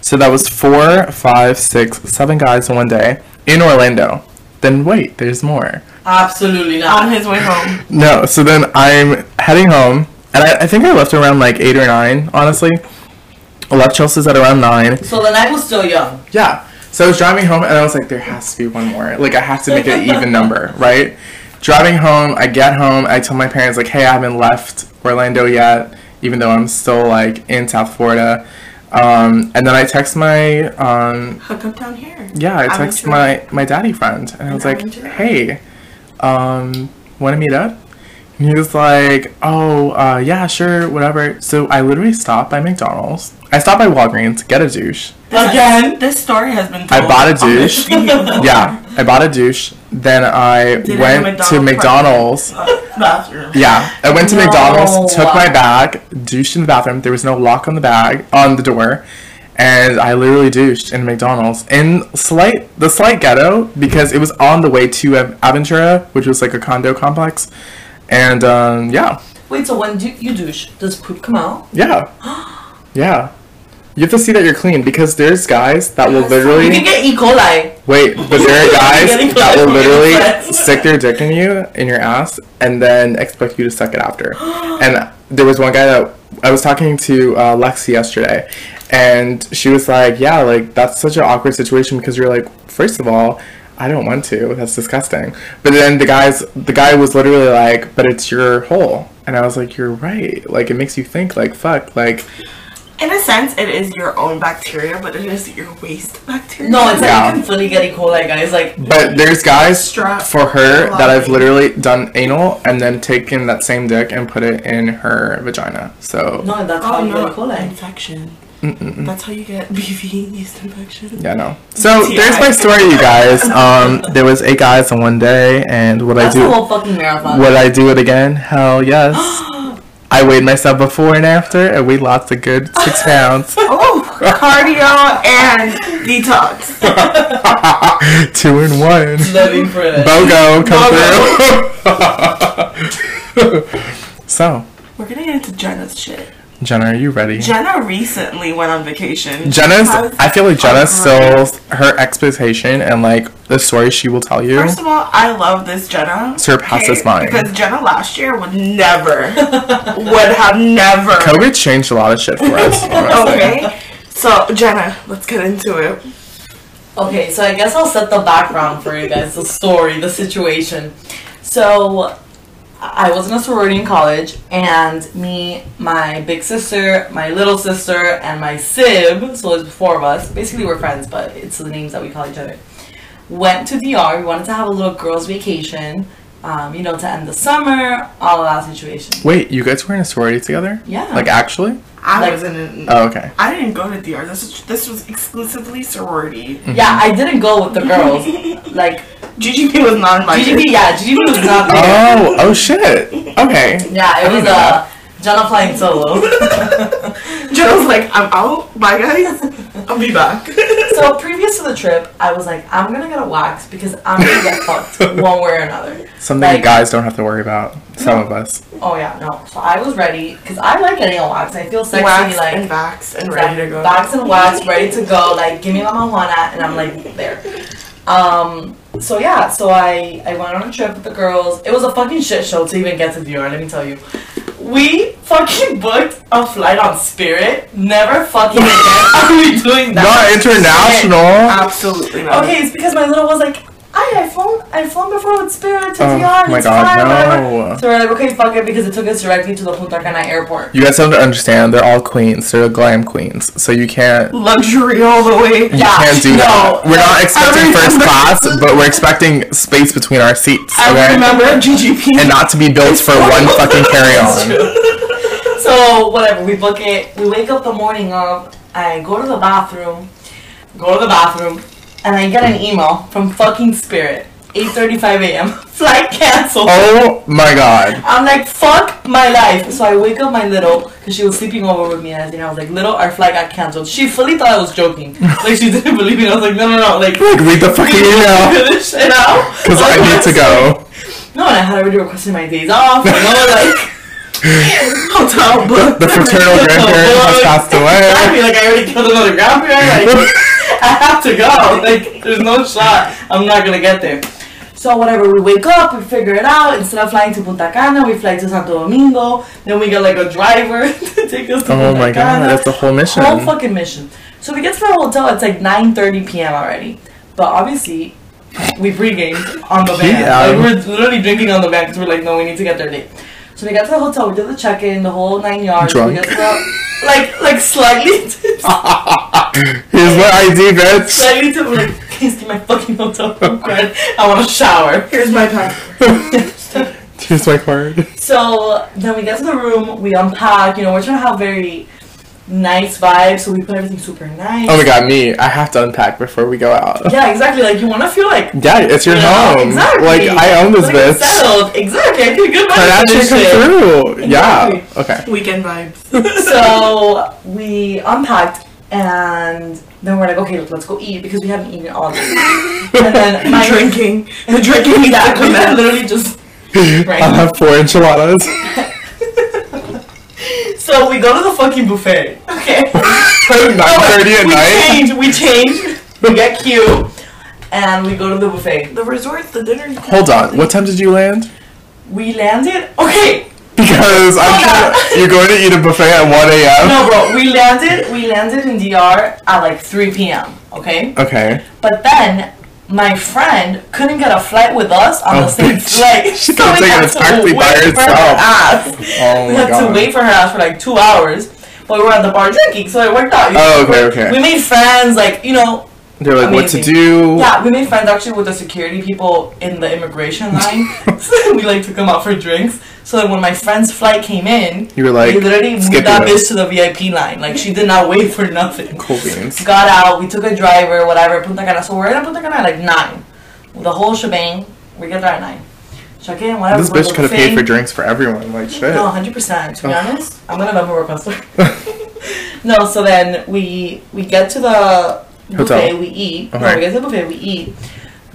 Speaker 3: So that was four, five, six, seven guys in one day in Orlando. Then wait, there's more.
Speaker 4: Absolutely
Speaker 5: On
Speaker 4: not.
Speaker 5: his way home.
Speaker 3: No, so then I'm heading home, and I, I think I left around like eight or nine. Honestly, I left Chelsea's at around nine.
Speaker 4: So the night was still young.
Speaker 3: Yeah. So I was driving home and I was like, there has to be one more. Like, I have to make an even number, right? Driving home, I get home, I tell my parents, like, hey, I haven't left Orlando yet, even though I'm still, like, in South Florida. Um, and then I text my, um,
Speaker 5: Hook up down here.
Speaker 3: yeah, I
Speaker 5: I'm
Speaker 3: text
Speaker 5: sure.
Speaker 3: my, my daddy friend and I was
Speaker 5: I'm
Speaker 3: like,
Speaker 5: sure.
Speaker 3: hey, um, want to meet up? And he was like, "Oh, uh, yeah, sure, whatever." So I literally stopped by McDonald's. I stopped by Walgreens to get a douche.
Speaker 4: Again.
Speaker 5: This story has been
Speaker 3: I
Speaker 5: told
Speaker 3: bought a
Speaker 5: on
Speaker 3: douche.
Speaker 5: this video.
Speaker 3: Yeah, I bought a douche. Then I
Speaker 5: Did it at
Speaker 3: went
Speaker 5: McDonald's
Speaker 3: to
Speaker 5: parking
Speaker 3: McDonald's.
Speaker 5: Bathroom.
Speaker 3: Yeah, I went to
Speaker 4: No.
Speaker 3: McDonald's, took my bag, douched in the bathroom. There was no lock on the bag on the door, and I literally douched in McDonald's in slight the slight ghetto because it was on the way to Av- Aventura, which was like a condo complex, and um, yeah,
Speaker 4: Wait, so when do you douche, does poop come out?
Speaker 3: yeah, yeah. You have to see that you're clean because there's guys that will
Speaker 4: You can
Speaker 3: literally
Speaker 4: get E. coli.
Speaker 3: wait, but there are
Speaker 5: Getting
Speaker 3: guys that
Speaker 5: close
Speaker 3: will
Speaker 5: to
Speaker 3: literally
Speaker 5: incest.
Speaker 3: stick their dick in you in your ass and then expect you to suck it after. And there was one guy that I was talking to uh, Lexi yesterday, and she was like, "Yeah, like that's such an awkward situation because you're like, first of all." I don't want to. That's disgusting. But then the guys, the guy was literally like, "But it's your hole," and I was like, "You're right. Like it makes you think. Like fuck. Like
Speaker 5: In a sense, it is your own bacteria, but it is your waste bacteria.
Speaker 4: No, it's like
Speaker 3: Yeah.
Speaker 4: you can fully get E. coli, guys. Like,
Speaker 3: But there's guys
Speaker 5: Strap
Speaker 3: for her that I've
Speaker 5: line.
Speaker 3: literally done anal and then taken that same dick and put it in her vagina. So
Speaker 4: no, that's how
Speaker 5: oh
Speaker 4: you get E.
Speaker 5: no,
Speaker 4: coli.
Speaker 5: infection. That's how you get BV yeast infection.
Speaker 3: yeah, no. So
Speaker 5: TI.
Speaker 3: there's my story, you guys. Um, there was eight guys in one day, and what I
Speaker 4: That's the
Speaker 3: do,
Speaker 4: whole fucking marathon.
Speaker 3: would I do it again? Hell yes. I weighed myself before and after, and we lost a good six pounds.
Speaker 5: Oh, cardio and detox.
Speaker 3: Two in one.
Speaker 4: Living for it.
Speaker 3: Bogo, come through. so,
Speaker 5: We're gonna get into Jenna's shit.
Speaker 3: Jenna, are you ready?
Speaker 5: Jenna recently went on vacation.
Speaker 3: Jenna's.
Speaker 5: How's-
Speaker 3: I feel like
Speaker 4: Oh,
Speaker 3: Jenna
Speaker 5: how's her-
Speaker 3: sells her expectation and like the story she will tell you.
Speaker 5: First of all, I love this Jenna.
Speaker 3: Surpasses
Speaker 5: okay?
Speaker 3: mine.
Speaker 5: Because Jenna last year would never, would have never.
Speaker 3: COVID changed a lot of shit for us.
Speaker 4: Oh,
Speaker 3: honestly.
Speaker 5: Okay? So, Jenna, let's get into it.
Speaker 4: Okay, so I guess I'll set the background for you guys, the story, the situation. So I was in a sorority in college, and me, my big sister, my little sister, and my sib, so there's four of us, basically we're friends, but it's the names that we call each other, went to DR. We wanted to have a little girls' vacation, um, you know, to end the summer, all of that situation.
Speaker 3: Wait, you guys were in a sorority together?
Speaker 4: Yeah.
Speaker 3: Like actually?
Speaker 5: I
Speaker 4: Like-
Speaker 5: wasn't in.
Speaker 3: Oh, okay.
Speaker 5: I didn't go to DR. This was, this was exclusively sorority.
Speaker 4: Yeah, I didn't go with the girls. like,
Speaker 5: GGP was non
Speaker 4: GGB,
Speaker 5: binary.
Speaker 4: yeah, GGB was not there.
Speaker 3: Oh, oh shit. Okay.
Speaker 4: Yeah, it was
Speaker 3: know that.
Speaker 4: uh, Jenna flying solo.
Speaker 5: Jenna was like, I'm out. Bye, guys. I'll be back.
Speaker 4: so previous to the trip, I was like, I'm gonna get a wax because I'm gonna get fucked one way or another.
Speaker 3: Something
Speaker 4: Like-
Speaker 3: guys don't have to worry about. Some of us.
Speaker 4: Oh yeah, no. So I was ready because I like getting a wax. I feel sexy,
Speaker 5: wax
Speaker 4: like
Speaker 5: and vax and ready to go.
Speaker 4: Box and wax, ready to go. Like, give me my marijuana, and I'm like there. Um. So yeah. So I I went on a trip with the girls. It was a fucking shit show to even get to Dior. Let me tell you. We fucking booked a flight on Spirit. Never fucking again are we doing
Speaker 3: Not
Speaker 4: that. Um,
Speaker 3: international.
Speaker 5: Absolutely not.
Speaker 4: Okay, it's because my little one's like, I I've flown I've flown before with Spirit to
Speaker 3: Oh,
Speaker 4: DR.
Speaker 3: my
Speaker 4: it's
Speaker 3: God,
Speaker 4: fine,
Speaker 3: no.
Speaker 4: whatever." So we're like, okay, fuck it, because it took us directly to the Punta Cana airport.
Speaker 3: You guys have to understand they're all queens. They're glam queens. So you can't
Speaker 5: Luxury all the way.
Speaker 3: you
Speaker 4: Yeah,
Speaker 3: can't do
Speaker 4: no.
Speaker 3: that. We're not expecting
Speaker 5: I
Speaker 3: first
Speaker 5: remember-
Speaker 3: class, but we're expecting space between our seats.
Speaker 5: I
Speaker 3: Okay.
Speaker 5: remember GGP.
Speaker 3: and not to be built for one fucking carry on.
Speaker 4: So whatever, we book it. We wake up the morning of. I go to the bathroom. Go to the bathroom, and I get an email from fucking Spirit. 8:35 a.m. Flight canceled.
Speaker 3: Oh my god.
Speaker 4: I'm like, fuck my life. So I wake up my little, because she was sleeping over with me, and everything. I was like, little, our flight got canceled. She fully thought I was joking. Like, she didn't believe me. I was like, no, no, no. Like,
Speaker 3: Like, read the fucking email.
Speaker 4: figure this shit out.
Speaker 3: Because I need to go.
Speaker 4: No, and I had already requested my days off. You know, like,
Speaker 5: hotel book.
Speaker 3: The fraternal grandparent has passed
Speaker 4: I
Speaker 3: away.
Speaker 4: mean, like, I already killed another grandparent. Like, I have to go. Like, there's no shot. I'm not gonna get there. So whatever, we wake up, we figure it out. Instead of flying to Punta Cana, we fly to Santo Domingo. Then we get like a driver to take us to
Speaker 3: Oh
Speaker 4: Punta
Speaker 3: my god,
Speaker 4: Cana.
Speaker 3: that's the whole mission.
Speaker 4: Whole fucking mission. So we get to the hotel. It's like 9:30 p.m. already. But obviously, we pre-gamed on the van.
Speaker 3: Yeah.
Speaker 4: Like, we're literally drinking on the van because we're like, no, we need to get there late. So we got to the hotel. We did the check-in, the whole nine yards. We
Speaker 3: Drunk.
Speaker 4: got to the, like, like slightly,
Speaker 3: Here's my ID, bitch.
Speaker 4: slightly to like, please give my fucking hotel room card. I want a shower.
Speaker 5: Here's my pack.
Speaker 3: Here's my card.
Speaker 4: So then we get to the room, we unpack, you know, we're trying to have very nice vibes, so we put everything super nice.
Speaker 3: Oh my god, me. I have to unpack before we go out.
Speaker 4: Yeah, exactly. Like you want to feel like
Speaker 3: Yeah, it's your
Speaker 4: you know,
Speaker 3: home.
Speaker 4: Exactly.
Speaker 3: Like I own this
Speaker 4: Like,
Speaker 3: bitch.
Speaker 4: Settled. Exactly. I get a good
Speaker 3: But
Speaker 4: vibe from
Speaker 3: actually
Speaker 4: this
Speaker 3: come
Speaker 4: shit.
Speaker 3: through. Yeah.
Speaker 4: Exactly.
Speaker 3: Okay.
Speaker 5: Weekend vibes.
Speaker 4: So we unpacked and then we're like, okay, look, let's go eat because we haven't eaten all day. and then my
Speaker 5: drinking. The drinking needs to
Speaker 4: Exactly.
Speaker 5: come
Speaker 4: I
Speaker 5: out.
Speaker 4: literally just
Speaker 3: I'll
Speaker 4: drank.
Speaker 3: have four enchiladas.
Speaker 4: So we go to the fucking buffet. Okay.
Speaker 3: Nine thirty at
Speaker 4: we
Speaker 3: night.
Speaker 4: change. We change. We get cute, and we go to the buffet.
Speaker 5: The resorts, the dinners.
Speaker 3: Hold on. What time did you land?
Speaker 4: We landed. Okay.
Speaker 3: Because I'm sure you're going to eat a buffet at one a.m.
Speaker 4: No, bro. We landed. We landed in DR at like 3 p.m. Okay.
Speaker 3: Okay.
Speaker 4: But then my friend couldn't get a flight with us on
Speaker 3: Oh,
Speaker 4: the same
Speaker 3: bitch.
Speaker 4: flight.
Speaker 3: She
Speaker 4: So
Speaker 3: couldn't
Speaker 4: we
Speaker 3: take
Speaker 4: had
Speaker 3: it
Speaker 4: to
Speaker 3: entirely by
Speaker 4: wait for her
Speaker 3: herself.
Speaker 4: ass.
Speaker 3: Oh
Speaker 4: we
Speaker 3: my
Speaker 4: had
Speaker 3: god.
Speaker 4: to wait for her ass for like two hours. But we were at the bar drinking, so it worked out. you
Speaker 3: Oh,
Speaker 4: know,
Speaker 3: okay,
Speaker 4: we're-
Speaker 3: okay.
Speaker 4: We made friends, like, you know,
Speaker 3: They're like, what to
Speaker 4: Amazing.
Speaker 3: do?
Speaker 4: yeah, we made friends actually with the security people in the immigration line. so we like took them out for drinks. So that when my friend's flight came in,
Speaker 3: You were like,
Speaker 4: we literally moved
Speaker 3: skip
Speaker 4: that
Speaker 3: it.
Speaker 4: bitch to the VIP line. Like she did not wait for nothing.
Speaker 3: Cool beans.
Speaker 4: Got out, we took a driver, whatever, Punta Cana. So we're in Punta Cana at like 9. The whole shebang, we get there at 9. Check in, whatever.
Speaker 3: This
Speaker 4: go to
Speaker 3: bitch
Speaker 4: the
Speaker 3: could have paid
Speaker 4: buffet.
Speaker 3: for drinks for everyone. Like shit.
Speaker 4: No, 100%. To be
Speaker 3: Oh.
Speaker 4: honest, I'm gonna love a roller coaster. no, so then we we get to the buffet,
Speaker 3: Hotel.
Speaker 4: we eat. No,
Speaker 3: Okay.
Speaker 4: we get to the buffet, we eat.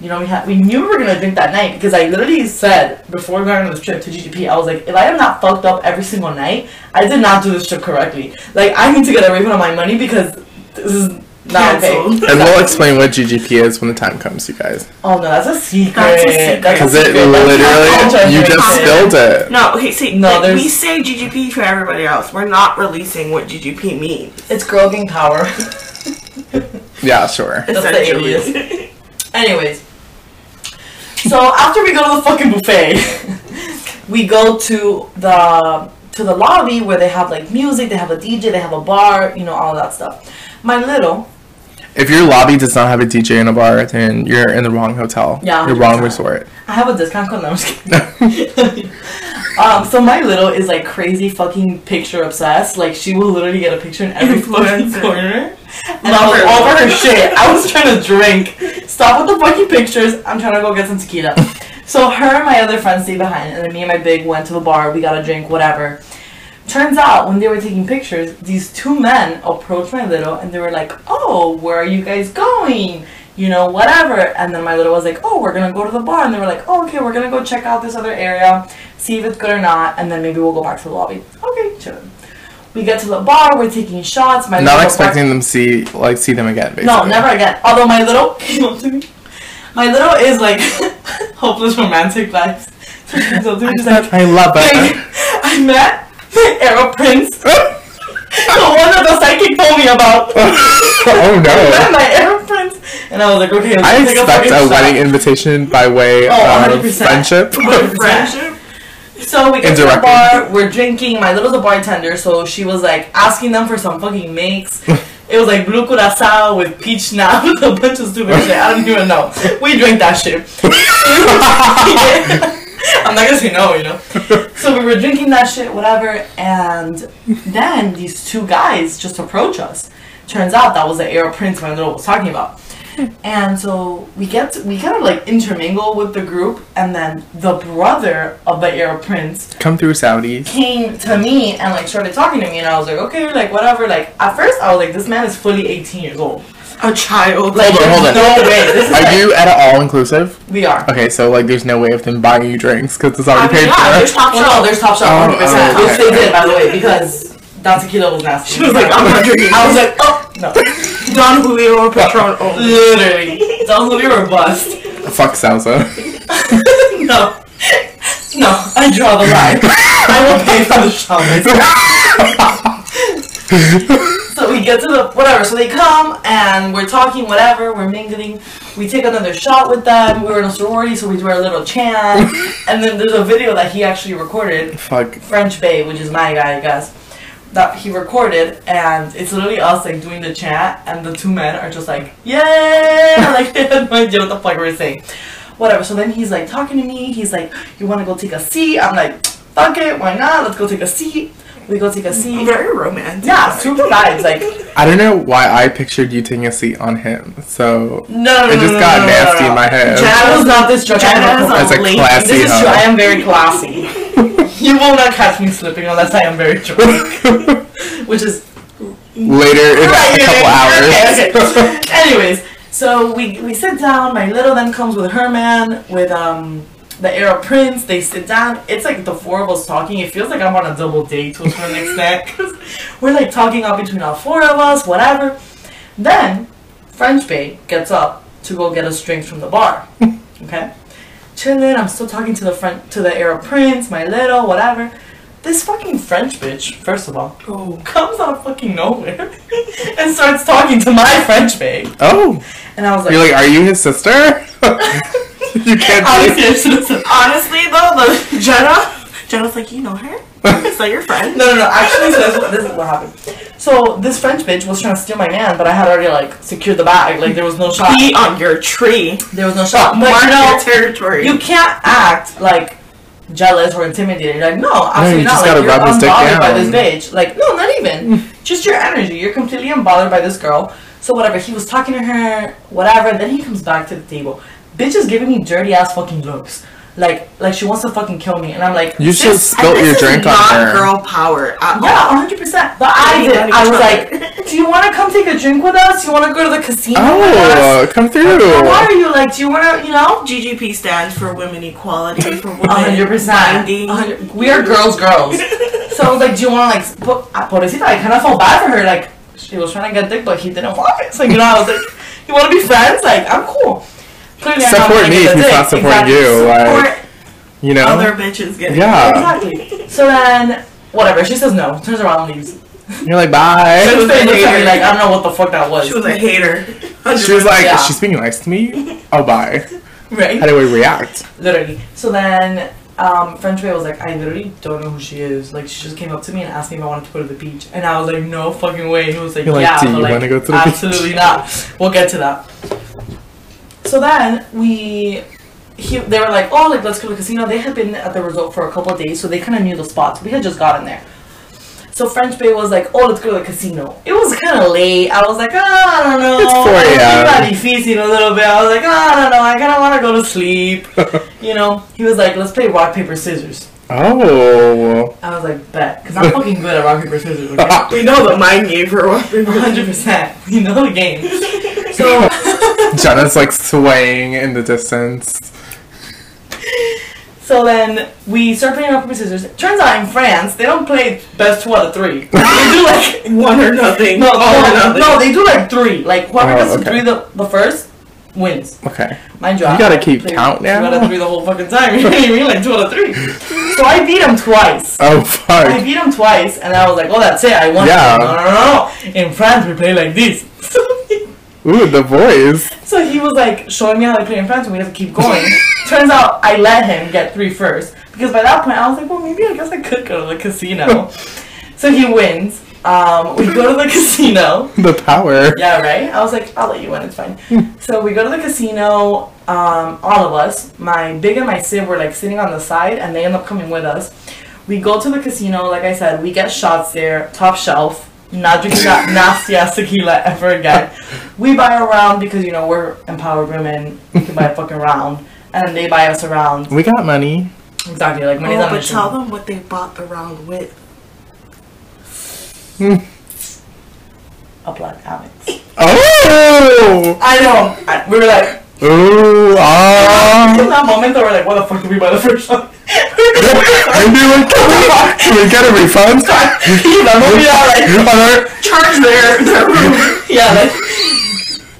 Speaker 4: You know, we had we knew we were gonna drink that night because I literally said before we got on this trip to GGP, I was like, if I am not fucked up every single night, I did not do this trip correctly. Like, I need to get a refund on my money because this is not okay.
Speaker 5: Cancelled.
Speaker 3: And we'll explain what GGP is when the time comes, you guys.
Speaker 4: Oh no, that's a secret.
Speaker 5: That's a secret.
Speaker 4: That's a
Speaker 3: Because it
Speaker 4: secret. That's not
Speaker 3: literally,
Speaker 4: culture
Speaker 3: you just
Speaker 4: here.
Speaker 3: spilled it.
Speaker 5: No, okay, see,
Speaker 4: No,
Speaker 5: like, we
Speaker 4: there's-
Speaker 5: say GGP for everybody else. We're not releasing what GGP means.
Speaker 4: It's girl gang power.
Speaker 3: Yeah, sure.
Speaker 4: That's the
Speaker 5: essentially.
Speaker 4: alias. Anyways, so after we go to the fucking buffet, we go to the to the lobby where they have like music, they have a DJ, they have a bar, you know, all that stuff. My little,
Speaker 3: If your lobby does not have a DJ in a bar, then you're in the wrong hotel.
Speaker 4: Yeah,
Speaker 3: You're wrong
Speaker 4: 100%.
Speaker 3: resort.
Speaker 4: I have a discount code. No, I'm just kidding. um, so my little is like crazy fucking picture obsessed. Like she will literally get a picture in every fucking
Speaker 5: Influencer.
Speaker 4: corner. And I was
Speaker 5: Lover.
Speaker 4: over her shit. I was trying to drink. Stop with the fucking pictures. I'm trying to go get some tequila. So her and my other friends stayed behind, and then me and my big went to the bar. We got a drink, whatever. Turns out when they were taking pictures, these two men approached my little and they were like, "Oh, where are you guys going?" You know, whatever. And then my little was like, "Oh, we're gonna go to the bar," and they were like, "Oh, okay, we're gonna go check out this other area, see if it's good or not, and then maybe we'll go back to the lobby." Okay, chill. We get to the bar. We're taking shots. My
Speaker 3: Not
Speaker 4: little-
Speaker 3: expecting them to see like see them again. Basically.
Speaker 4: no, never again. Although my little came up to me. My little is like hopeless romantic vibes. So she comes up to me, she's like,
Speaker 3: I love
Speaker 4: "Hey,
Speaker 3: it.
Speaker 4: I met the arrow prince. the one that the psychic told me about.
Speaker 3: oh
Speaker 4: I met
Speaker 3: no!
Speaker 4: my arrow prince. And I was like, okay, I'm
Speaker 3: I
Speaker 4: gonna take
Speaker 3: expect
Speaker 4: fucking
Speaker 3: a
Speaker 4: shot.
Speaker 3: wedding invitation by way
Speaker 4: Oh,
Speaker 3: of
Speaker 4: 100%.
Speaker 3: friendship.
Speaker 4: With
Speaker 5: Friendship?
Speaker 4: So we get to the
Speaker 3: Indirectly.
Speaker 4: bar, we're drinking. My little's a bartender, so she was like asking them for some fucking mix. It was like blue curacao with peach snap with a bunch of stupid shit. I don't even know. We drank that shit. I'm not gonna say no, you know. So we were drinking that shit, whatever, and then these two guys just approach us. Turns out that was the Air Prince my little was talking about. And so we get to, we kind of like intermingle with the group, and then the brother of the Air Prince
Speaker 3: Come through, Saudis.
Speaker 4: came to me and like started talking to me and I was like, okay, like whatever. Like at first I was like, this man is fully 18 years old.
Speaker 5: A child.
Speaker 4: Like
Speaker 3: on, hold on.
Speaker 4: there's no way. This is
Speaker 3: Are
Speaker 4: like,
Speaker 3: you at all inclusive?
Speaker 4: we are.
Speaker 3: Okay, so like, there's no way of them buying you drinks because it's already
Speaker 5: I mean,
Speaker 3: paid
Speaker 5: yeah, there's
Speaker 3: for.
Speaker 5: top
Speaker 4: Well, no,
Speaker 5: shelf.
Speaker 4: there's top shot
Speaker 3: Oh,
Speaker 4: 100%.
Speaker 3: oh,
Speaker 4: Which
Speaker 3: okay.
Speaker 4: they did by the way, because that tequila was nasty.
Speaker 5: She was like, I'm not drinking.
Speaker 4: I was like, oh no.
Speaker 5: Don Julio Patron only.
Speaker 4: Literally. Don't look at her bust.
Speaker 3: Fuck salsa.
Speaker 4: No. No, I draw the line. I will pay for the showers. So we get to the whatever. So they come and we're talking, whatever. We're mingling. We take another shot with them. We were in a sorority, so we do our little chant. and then there's a video that he actually recorded,
Speaker 3: Fuck.
Speaker 4: French Bay, which is my guy, I guess. That he recorded, and it's literally us like doing the chant, and the two men are just like, "Yay!" like they had no idea what the fuck we're saying. whatever. So then he's like talking to me. He's like, you want to go take a seat? I'm like, fuck it, why not? Let's go take a seat. We go take a seat.
Speaker 5: Very romantic.
Speaker 4: Yeah, super vibes. Like,
Speaker 3: I don't know why I pictured you taking a seat on him. So
Speaker 5: No, no,
Speaker 3: it just
Speaker 5: no,
Speaker 3: got
Speaker 4: Mm.
Speaker 5: no, no,
Speaker 3: nasty
Speaker 5: no,
Speaker 3: in my head.
Speaker 4: I was not this drunk. I'm
Speaker 5: Jenna's
Speaker 4: not-
Speaker 5: a
Speaker 3: That's a
Speaker 5: lady.
Speaker 3: classy
Speaker 4: This is
Speaker 3: hoe.
Speaker 4: true. I am very classy. you will not catch me slipping unless I am very drunk, which is
Speaker 3: Later in a couple hours.
Speaker 4: Okay, okay. Anyways, so we we sit down. My little then comes with her man with um the Arab prince. They sit down. It's like the four of us talking. It feels like I'm on a double date to a certain extent. 'cause we're like talking out between all four of us, whatever. Then French babe gets up to go get us drinks from the bar. Okay. Chilling, I'm still talking to the front to the Arab prince, my little, whatever. This fucking French bitch, first of all,
Speaker 5: Oh.
Speaker 4: comes out of fucking nowhere and starts talking to my French babe.
Speaker 3: Oh,
Speaker 4: And I was like,
Speaker 3: you're like, are you his sister? you can't
Speaker 4: obviously
Speaker 3: be.
Speaker 4: I should have said,
Speaker 5: Honestly though, the Jenna Jenna's like, you know her? so your friend.
Speaker 4: no, no, no, actually, so this, is- this is what happened. So this French bitch was trying to steal my man, but I had already, like, secured the bag. Like, there was no shot.
Speaker 5: Be on your tree.
Speaker 4: There was no shot. But,
Speaker 5: Mark
Speaker 4: you
Speaker 5: your
Speaker 4: know,
Speaker 5: territory.
Speaker 4: you can't act, like, jealous or intimidated. You're like, no, absolutely
Speaker 3: you
Speaker 4: not.
Speaker 3: just
Speaker 4: Like,
Speaker 3: gotta
Speaker 4: you're
Speaker 3: rub his dick
Speaker 4: unbothered by
Speaker 3: down. Mm.
Speaker 4: this bitch. Like, no, not even. Just your energy. You're completely unbothered by this girl. So whatever, he was talking to her, whatever. Then he comes back to the table. Bitch is giving me dirty ass fucking looks. Like, like she wants to fucking kill me, and I'm like,
Speaker 3: You should
Speaker 5: This-
Speaker 3: spill
Speaker 5: this
Speaker 3: your
Speaker 5: is
Speaker 3: drink on
Speaker 5: not
Speaker 3: her.
Speaker 5: girl power at all.
Speaker 4: Yeah, hundred percent. But I did. I was like, "Do you want to come take a drink with us? You want to go to the casino with us?
Speaker 3: Oh, come
Speaker 4: Why
Speaker 3: through.
Speaker 4: are you like? Do you want to? You know?"
Speaker 5: GGP stands for women equality for women.
Speaker 4: hundred percent.
Speaker 5: finding-
Speaker 4: We are girls, girls. so I was like, "Do you want to like?" But ah, pobrecita, I kind of felt bad for her. Like she was trying to get dick, but he didn't want it. So you know, I was like, "You want to be friends? Like I'm cool." Clearly, I'm not
Speaker 3: Support
Speaker 4: gonna
Speaker 3: me
Speaker 4: get
Speaker 3: if
Speaker 4: the
Speaker 3: he's
Speaker 4: dick.
Speaker 3: not supporting
Speaker 4: Exactly.
Speaker 3: you.
Speaker 5: Or
Speaker 3: Like, you know?
Speaker 5: other bitches getting
Speaker 3: yeah.
Speaker 4: Exactly. So then, whatever. She says no. Turns around, and leaves.
Speaker 3: You're like, bye.
Speaker 4: She
Speaker 5: was
Speaker 4: was
Speaker 5: a hater.
Speaker 4: like, I don't know what the fuck that was.
Speaker 5: She was a hater.
Speaker 3: She was like,
Speaker 4: Yeah.
Speaker 3: she's being nice to me. Oh, bye.
Speaker 4: right.
Speaker 3: How do we react?
Speaker 4: Literally. So then, um, French Bay was like, I literally don't know who she is. Like, she just came up to me and asked me if I wanted to go to the beach. And I was like, no fucking way. And he was like,
Speaker 3: You're like,
Speaker 4: yeah,
Speaker 3: "Do
Speaker 4: but
Speaker 3: you
Speaker 4: like,
Speaker 3: wanna go to the beach?"
Speaker 4: absolutely not. We'll get to that. So then, we. He, they were like, oh, like, let's go to the casino. They had been at the resort for a couple of days, so they kind of knew the spots. We had just gotten there. So French Bay was like, oh, let's go to the casino. It was kind of late. I was like, ah, I don't know.
Speaker 3: It's 4
Speaker 4: I
Speaker 3: a.m..
Speaker 4: was feasting a little bit. I was like, ah, I don't know. I kind of want to go to sleep. You know, he was like, let's play rock, paper, scissors.
Speaker 3: Oh.
Speaker 4: I was like, bet. Because I'm fucking good at rock, paper, scissors. Okay?
Speaker 5: We know the mind game for women.
Speaker 4: 100%. You know the game. So,
Speaker 3: Jenna's like swaying in the distance.
Speaker 4: so then we start playing rock, paper, scissors. Turns out in France, they don't play best two out of three. They do like,
Speaker 5: One or nothing.
Speaker 4: no,
Speaker 5: All or
Speaker 4: no,
Speaker 5: nothing.
Speaker 4: no, they do like three. Like, whoever
Speaker 3: Oh,
Speaker 4: gets to
Speaker 3: okay.
Speaker 4: three the, the first wins.
Speaker 3: Okay.
Speaker 4: Mind you,
Speaker 3: You
Speaker 4: I
Speaker 3: gotta keep
Speaker 4: played
Speaker 3: count
Speaker 4: Two out
Speaker 3: now.
Speaker 4: of three the whole fucking time. you know what I mean? Like, two out of three. So I beat him twice.
Speaker 3: Oh,
Speaker 4: I
Speaker 3: fuck.
Speaker 4: beat him twice, and I was like, "Oh, that's it. I won."
Speaker 3: Yeah.
Speaker 4: No, no, no, no. In France, we play like this. So he,
Speaker 3: Ooh, the voice.
Speaker 4: so he was like showing me how to play in France, and we have to keep going. Turns out I let him get three first because by that point I was like, "Well, maybe I guess I could go to the casino." so he wins. Um, we go to the casino.
Speaker 3: The power.
Speaker 4: Yeah, right? I was like, I'll let you win, it's fine. so we go to the casino, um, all of us. My big and my Sid were like sitting on the side and they end up coming with us. We go to the casino, like I said, we get shots there, top shelf, not drinking that nasty ass tequila ever again. We buy a round because you know we're empowered women, we can buy a fucking round. And then they buy us a round.
Speaker 3: We got money.
Speaker 4: Exactly, like money's
Speaker 5: Oh,
Speaker 4: on the
Speaker 5: but tell
Speaker 4: issue.
Speaker 5: them what they bought around with.
Speaker 4: A black Alex.
Speaker 3: Oh!
Speaker 4: I know. I- we were like,
Speaker 3: Ooh,
Speaker 4: in
Speaker 3: ah!
Speaker 4: that moment, they were like, what the fuck did we buy the first one?
Speaker 3: And be like, can we, can we get a refund?
Speaker 4: Remember me alright.
Speaker 3: Alright,
Speaker 5: Charge their, their room.
Speaker 4: Yeah, like,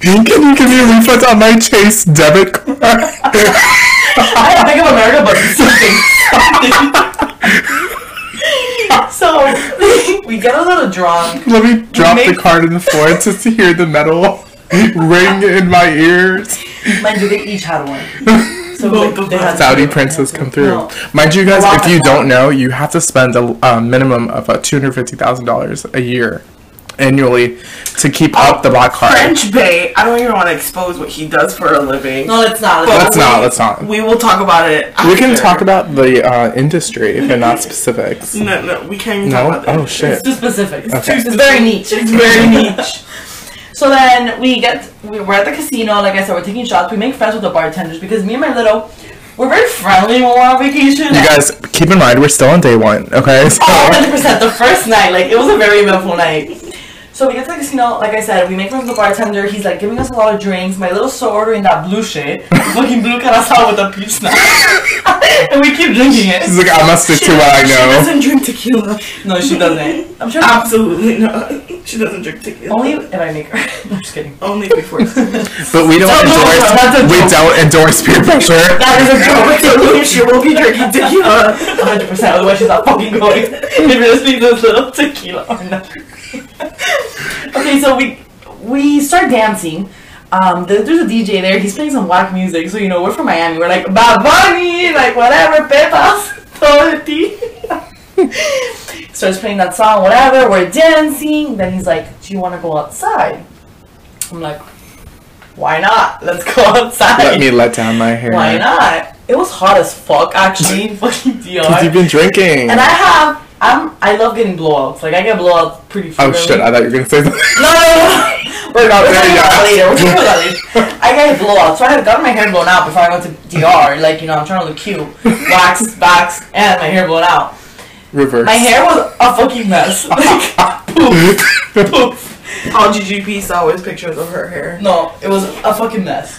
Speaker 3: Can you give me a refund on my Chase debit card?
Speaker 4: I don't think of America, but something, something. so we get a little drunk.
Speaker 3: Let me drop
Speaker 4: Make-
Speaker 3: the card in the floor to see- hear the metal ring in my ears.
Speaker 4: Mind you, they each had one. So they, they had
Speaker 3: Saudi princess come through.
Speaker 4: No.
Speaker 3: Mind you guys, if
Speaker 4: Wow.
Speaker 3: you don't know, you have to spend a, a minimum of uh, $250,000 a year annually to keep up the black card.
Speaker 5: French Bay. I don't even want to expose what he does for a living.
Speaker 4: No, it's not.
Speaker 5: But
Speaker 3: Let's
Speaker 5: we-
Speaker 3: not, let's not.
Speaker 5: We will talk about it.
Speaker 3: We can
Speaker 5: after.
Speaker 3: talk about the uh, industry, but not specifics.
Speaker 5: No, no, we can't even talk
Speaker 3: No?
Speaker 5: about that.
Speaker 3: Oh shit.
Speaker 4: It's too specific. It's,
Speaker 3: Okay.
Speaker 4: too, it's very niche. It's very niche. So then we get we, we're at the casino. Like I said, we're taking shots. We make friends with the bartenders because me and my little we're very friendly when we're on vacation.
Speaker 3: You guys, keep in mind, we're still on day one, okay? So,
Speaker 4: Oh, 100%. The first night, like, it was a very eventful night. So we get to the casino, like I said, we make friends with the bartender. He's like giving us a lot of drinks. My little sister ordering that blue shit. Fucking blue carasal with a peach snack. and we keep drinking
Speaker 3: She's
Speaker 4: it.
Speaker 3: like, I must stick to what I
Speaker 5: She
Speaker 3: know.
Speaker 5: doesn't drink tequila.
Speaker 4: No, she doesn't. I'm sure.
Speaker 3: "Ah,
Speaker 5: Absolutely not. She doesn't drink tequila.
Speaker 4: only if I make her. I'm just kidding.
Speaker 5: only before.
Speaker 3: But we don't
Speaker 4: that's a
Speaker 3: endorse, we don't endorse peer pressure.
Speaker 4: That is a joke.
Speaker 5: she will be drinking tequila.
Speaker 4: 100%. Otherwise, she's not fucking going. If you're listening to this little tequila. or not. okay, so we we start dancing. Um, there, there's a DJ there. He's playing some whack music. So you know we're from Miami. We're like Bad Bunny, like whatever, pepas, todo de ti. Starts playing that song, whatever. We're dancing. Then he's like, "Do you want to go outside?" I'm like, "Why not? Let's go outside."
Speaker 3: Let me let down my hair.
Speaker 4: Why not? It was hot as fuck, actually, in fucking DR.
Speaker 3: Because you've been drinking.
Speaker 4: And I have, I'm, I love getting blowouts. Like I get blowouts pretty
Speaker 3: oh
Speaker 4: frequently.
Speaker 3: shit, I thought you were gonna say that.
Speaker 4: No, no, no, no. We're not. We're
Speaker 3: There
Speaker 4: talking
Speaker 3: you
Speaker 4: about
Speaker 3: go.
Speaker 4: that later. We're talking about that later. I got a blowout, so I had gotten my hair blown out before I went to DR. Like you know, I'm trying to look cute, wax, wax, and my hair blown out.
Speaker 3: Reverse.
Speaker 4: My hair was a fucking mess. Like,
Speaker 5: All GGP saw was pictures of her hair.
Speaker 4: No, it was a fucking mess.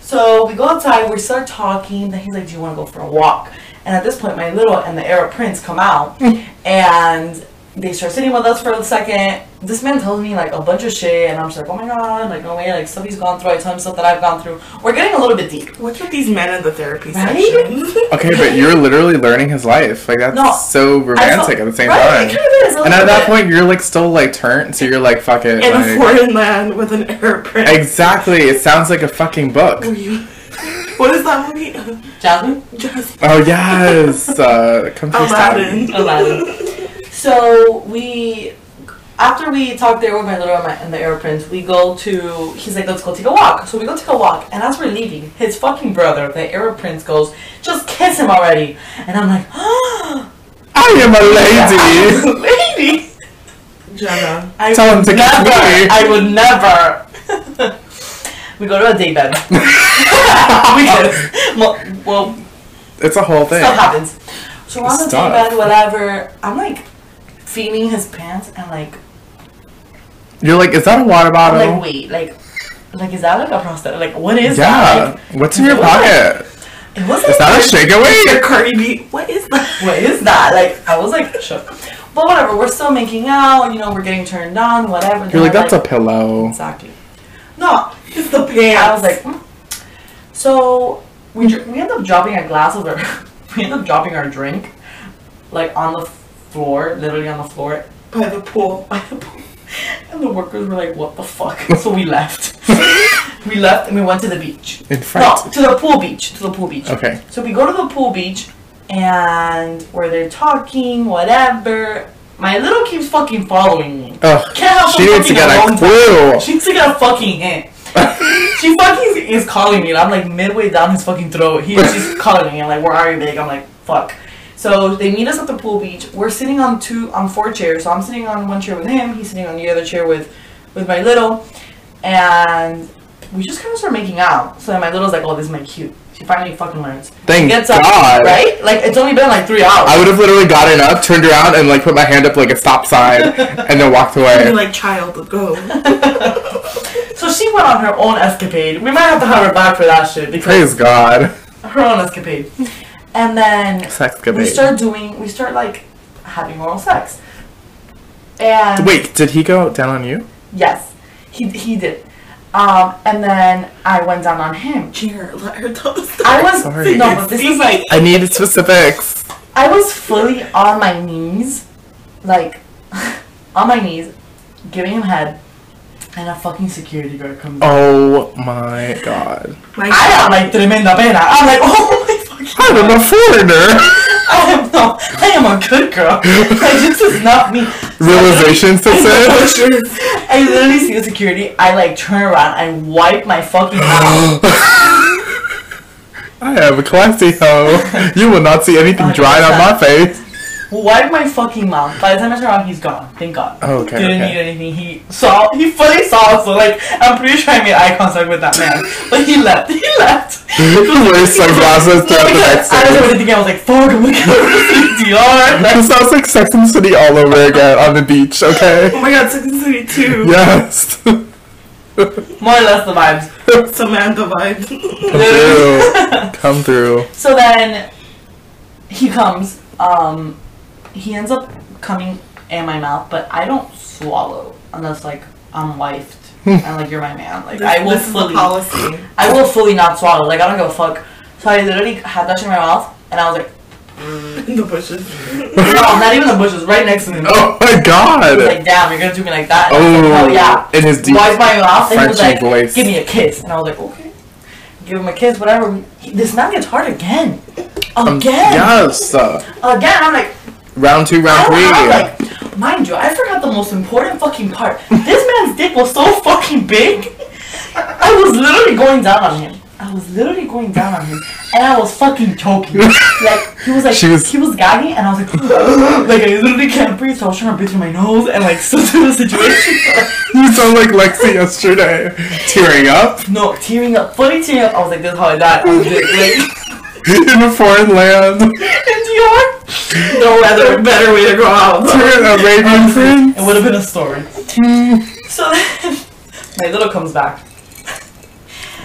Speaker 4: So we go outside, we start talking, then he's like, Do you want to go for a walk? And at this point, my little and the Arab prince come out and they start sitting with us for a second. This man tells me like a bunch of shit, and I'm just like, Oh my god, like, no way, like, stuff he's gone through. I tell him stuff that I've gone through. We're getting a little bit deep.
Speaker 5: What's with these men in the therapy
Speaker 4: Right?
Speaker 5: section?
Speaker 3: okay, but you're literally learning his life. Like that's
Speaker 4: No,
Speaker 3: so
Speaker 4: I
Speaker 3: romantic
Speaker 4: felt-
Speaker 3: at the same
Speaker 4: right, It
Speaker 3: time.
Speaker 4: kind of is. a
Speaker 3: And
Speaker 4: little
Speaker 3: at that
Speaker 4: bit.
Speaker 3: point, you're like still like turned, so you're like, fuck it.
Speaker 5: In
Speaker 3: like-
Speaker 5: a foreign land with an Arab prince.
Speaker 3: exactly. It sounds like a fucking book.
Speaker 5: Were you- What is that movie?
Speaker 4: Jasmine?
Speaker 5: Just
Speaker 3: Oh yes, uh, come through Saturn.
Speaker 5: Aladdin.
Speaker 4: Aladdin. So we, after we talk there with my little man and the Arab prince, we go to. He's like, let's go take a walk. So we go take a walk, and as we're leaving, his fucking brother, the Arab prince, goes, just kiss him already. And I'm like,
Speaker 3: I am a lady.
Speaker 4: lady,
Speaker 5: Jenna.
Speaker 4: I
Speaker 3: Tell him
Speaker 4: would
Speaker 3: to kiss
Speaker 4: never.
Speaker 3: me.
Speaker 4: I would never. we go to a daybed. we kiss. Well, well
Speaker 3: It's a whole thing.
Speaker 4: Stuff happens. So we're on the
Speaker 3: Stuff.
Speaker 4: daybed, whatever. I'm like feeling his pants and like
Speaker 3: You're like, is that a water bottle?
Speaker 4: I'm like, wait, like, like is that like a prostate? Like, what is
Speaker 3: yeah.
Speaker 4: that? Like,
Speaker 3: What's in your
Speaker 4: What?
Speaker 3: pocket?
Speaker 4: it was
Speaker 3: Is
Speaker 4: like,
Speaker 3: that a shake away?
Speaker 5: Cardi B. What is that?
Speaker 4: what is that? Like, I was like shook. But whatever, we're still making out. You know, we're getting turned on, whatever. Then
Speaker 3: You're like,
Speaker 4: I'm
Speaker 3: that's a pillow.
Speaker 4: exactly. No,
Speaker 5: It's the pants.
Speaker 4: I was like, mm. so we dr- we end up dropping a glass of our, we end up dropping our drink, like on the floor, literally on the floor
Speaker 5: by the pool.
Speaker 4: by the pool. And the workers were like, what the fuck? So we left. we left and we went to the beach.
Speaker 3: In front.
Speaker 4: No, to the pool beach. To the pool beach.
Speaker 3: Okay.
Speaker 4: So we go to the pool beach and we're there talking, whatever. My little keeps fucking following me.
Speaker 3: Ugh.
Speaker 4: Can't help
Speaker 3: She
Speaker 4: but
Speaker 3: needs to
Speaker 4: fucking
Speaker 3: get
Speaker 4: alone
Speaker 3: a clue.
Speaker 4: She needs to get a fucking hint. she fucking is calling me and I'm like midway down his fucking throat. He, she's calling me and like, where are you, big? I'm like, fuck. So they meet us at the pool beach. We're sitting on two on four chairs. So I'm sitting on one chair with him, he's sitting on the other chair with with my little. And we just kind of start making out. So then my little's like, oh, this is my cute. She finally fucking learns.
Speaker 3: Thank
Speaker 4: Gets up,
Speaker 3: God.
Speaker 4: right? Like it's only been like three hours.
Speaker 3: I would have literally gotten up, turned around, and like put my hand up like a stop sign, and then walked
Speaker 5: You're
Speaker 3: away.
Speaker 5: like, child, go.
Speaker 4: so she went on her own escapade. We might have to have her back for that shit because
Speaker 3: Praise God.
Speaker 4: her own escapade. And then we
Speaker 3: Sexcavate.
Speaker 4: start doing, we start like having oral sex. And
Speaker 3: Wait, did he go down on you?
Speaker 4: yes, he he did. Um, and then I went down on him.
Speaker 5: Here, let her tell the story.
Speaker 4: I was
Speaker 3: Sorry.
Speaker 4: no, but this is like
Speaker 3: I need specifics.
Speaker 4: I was fully on my knees, like on my knees, giving him head, and a fucking security guard comes.
Speaker 3: Oh my God.
Speaker 5: Like,
Speaker 4: I am like tremenda pena. I'm like, oh my fucking.
Speaker 3: I'm a foreigner.
Speaker 4: I am no, I am a good girl. like, this is not me.
Speaker 3: Realization sets in.
Speaker 4: I literally see the security. I like turn around. I wipe my fucking mouth.
Speaker 3: I have a classy hoe. You will not see anything
Speaker 4: Oh,
Speaker 3: dried on my face.
Speaker 4: wipe my fucking mouth. By the time I turn around, he's gone. Thank God.
Speaker 3: Oh, okay,
Speaker 4: Didn't
Speaker 3: okay.
Speaker 4: need anything. He saw. He fully saw us. So like, I'm pretty sure I made eye contact with that man, but he left. He left.
Speaker 3: Wears sunglasses
Speaker 4: No,
Speaker 3: throughout the
Speaker 4: because
Speaker 3: next
Speaker 4: I was
Speaker 3: day.
Speaker 4: already thinking, I was like, fuck, I'm looking at the CDR.
Speaker 3: This sounds like Sex and the City all over again on the beach,
Speaker 5: Oh
Speaker 3: okay?
Speaker 5: my god, Sex and the City 2.
Speaker 3: Yes.
Speaker 4: More or less the vibes.
Speaker 5: Samantha vibe.
Speaker 3: Come through. Come through.
Speaker 4: So then he comes, um, he ends up coming in my mouth, but I don't swallow unless like I'm wifed
Speaker 3: Hmm.
Speaker 4: and like you're my man. Like I will
Speaker 5: this is the
Speaker 4: fully,
Speaker 5: policy.
Speaker 4: I will fully not swallow. Like I don't give a fuck. So I literally had that shit in my mouth, and I was like,
Speaker 5: In the bushes.
Speaker 4: no, not even the bushes, right next to me.
Speaker 3: Oh my
Speaker 4: He was
Speaker 3: god.
Speaker 4: like, damn, you're gonna do me like that? And I was like,
Speaker 3: Oh,
Speaker 4: oh yeah.
Speaker 3: In his deep.
Speaker 4: Wiped my mouth, and he was
Speaker 3: Frenchy
Speaker 4: like,
Speaker 3: voice.
Speaker 4: give me a kiss, and I was like, okay. Give him a kiss, whatever. He- this man gets hard again, again.
Speaker 3: Um, Yes. uh,
Speaker 4: again, I'm like,
Speaker 3: Round two, round
Speaker 4: I
Speaker 3: three.
Speaker 4: don't know, I'm like, mind you, I forgot the most important fucking part. This man's dick was so fucking big. I was literally going down on him. I was literally going down on him, and I was fucking choking. Like he was like
Speaker 3: She was-
Speaker 4: he was gagging, and I was like, like I literally can't breathe. So I was trying to breathe through my nose, and like so through the situation.
Speaker 3: You sound like Lexi yesterday. Tearing up
Speaker 4: no, tearing up, fully tearing up. I was like, this is how I died. I was like, like
Speaker 3: in a foreign land.
Speaker 4: in New York,
Speaker 5: No other better way to go out.
Speaker 3: You're an Arabian
Speaker 4: it
Speaker 3: prince.
Speaker 4: would have been a story. So then, my little comes back.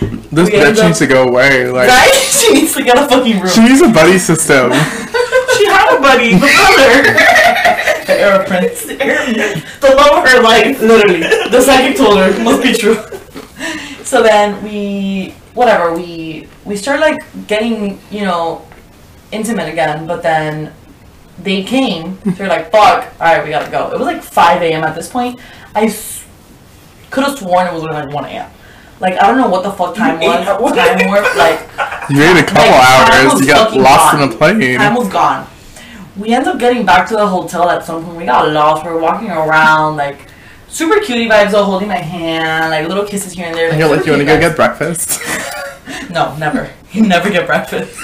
Speaker 3: This
Speaker 4: We end
Speaker 3: bitch
Speaker 4: up-
Speaker 3: needs to go away. Like
Speaker 4: Right? She needs to get a fucking room.
Speaker 3: she needs a buddy system.
Speaker 5: She had a buddy, the brother.
Speaker 4: The Arab prince.
Speaker 5: The love of her life.
Speaker 4: Literally. The psychic told her. Must be true. So then we whatever, we we start like getting, you know, intimate again, but then they came, so we're like, fuck, alright, we gotta go. It was like five AM at this point. I s- could have sworn it was only like one AM. Like I don't know what the fuck time
Speaker 5: You
Speaker 4: was.
Speaker 5: ate at one
Speaker 4: Time were like
Speaker 3: You waited a couple
Speaker 4: Like, time
Speaker 3: hours.
Speaker 4: was
Speaker 3: You got
Speaker 4: fucking
Speaker 3: lost
Speaker 4: gone.
Speaker 3: in a plane.
Speaker 4: time was gone. We end up getting back to the hotel at some point. We got lost. We were walking around, like super cutie vibes, though, holding my hand, like little kisses here and there.
Speaker 3: And you're like, you
Speaker 4: super
Speaker 3: want to go
Speaker 4: cutie
Speaker 3: get breakfast?
Speaker 4: vibes. No, never. You never get breakfast.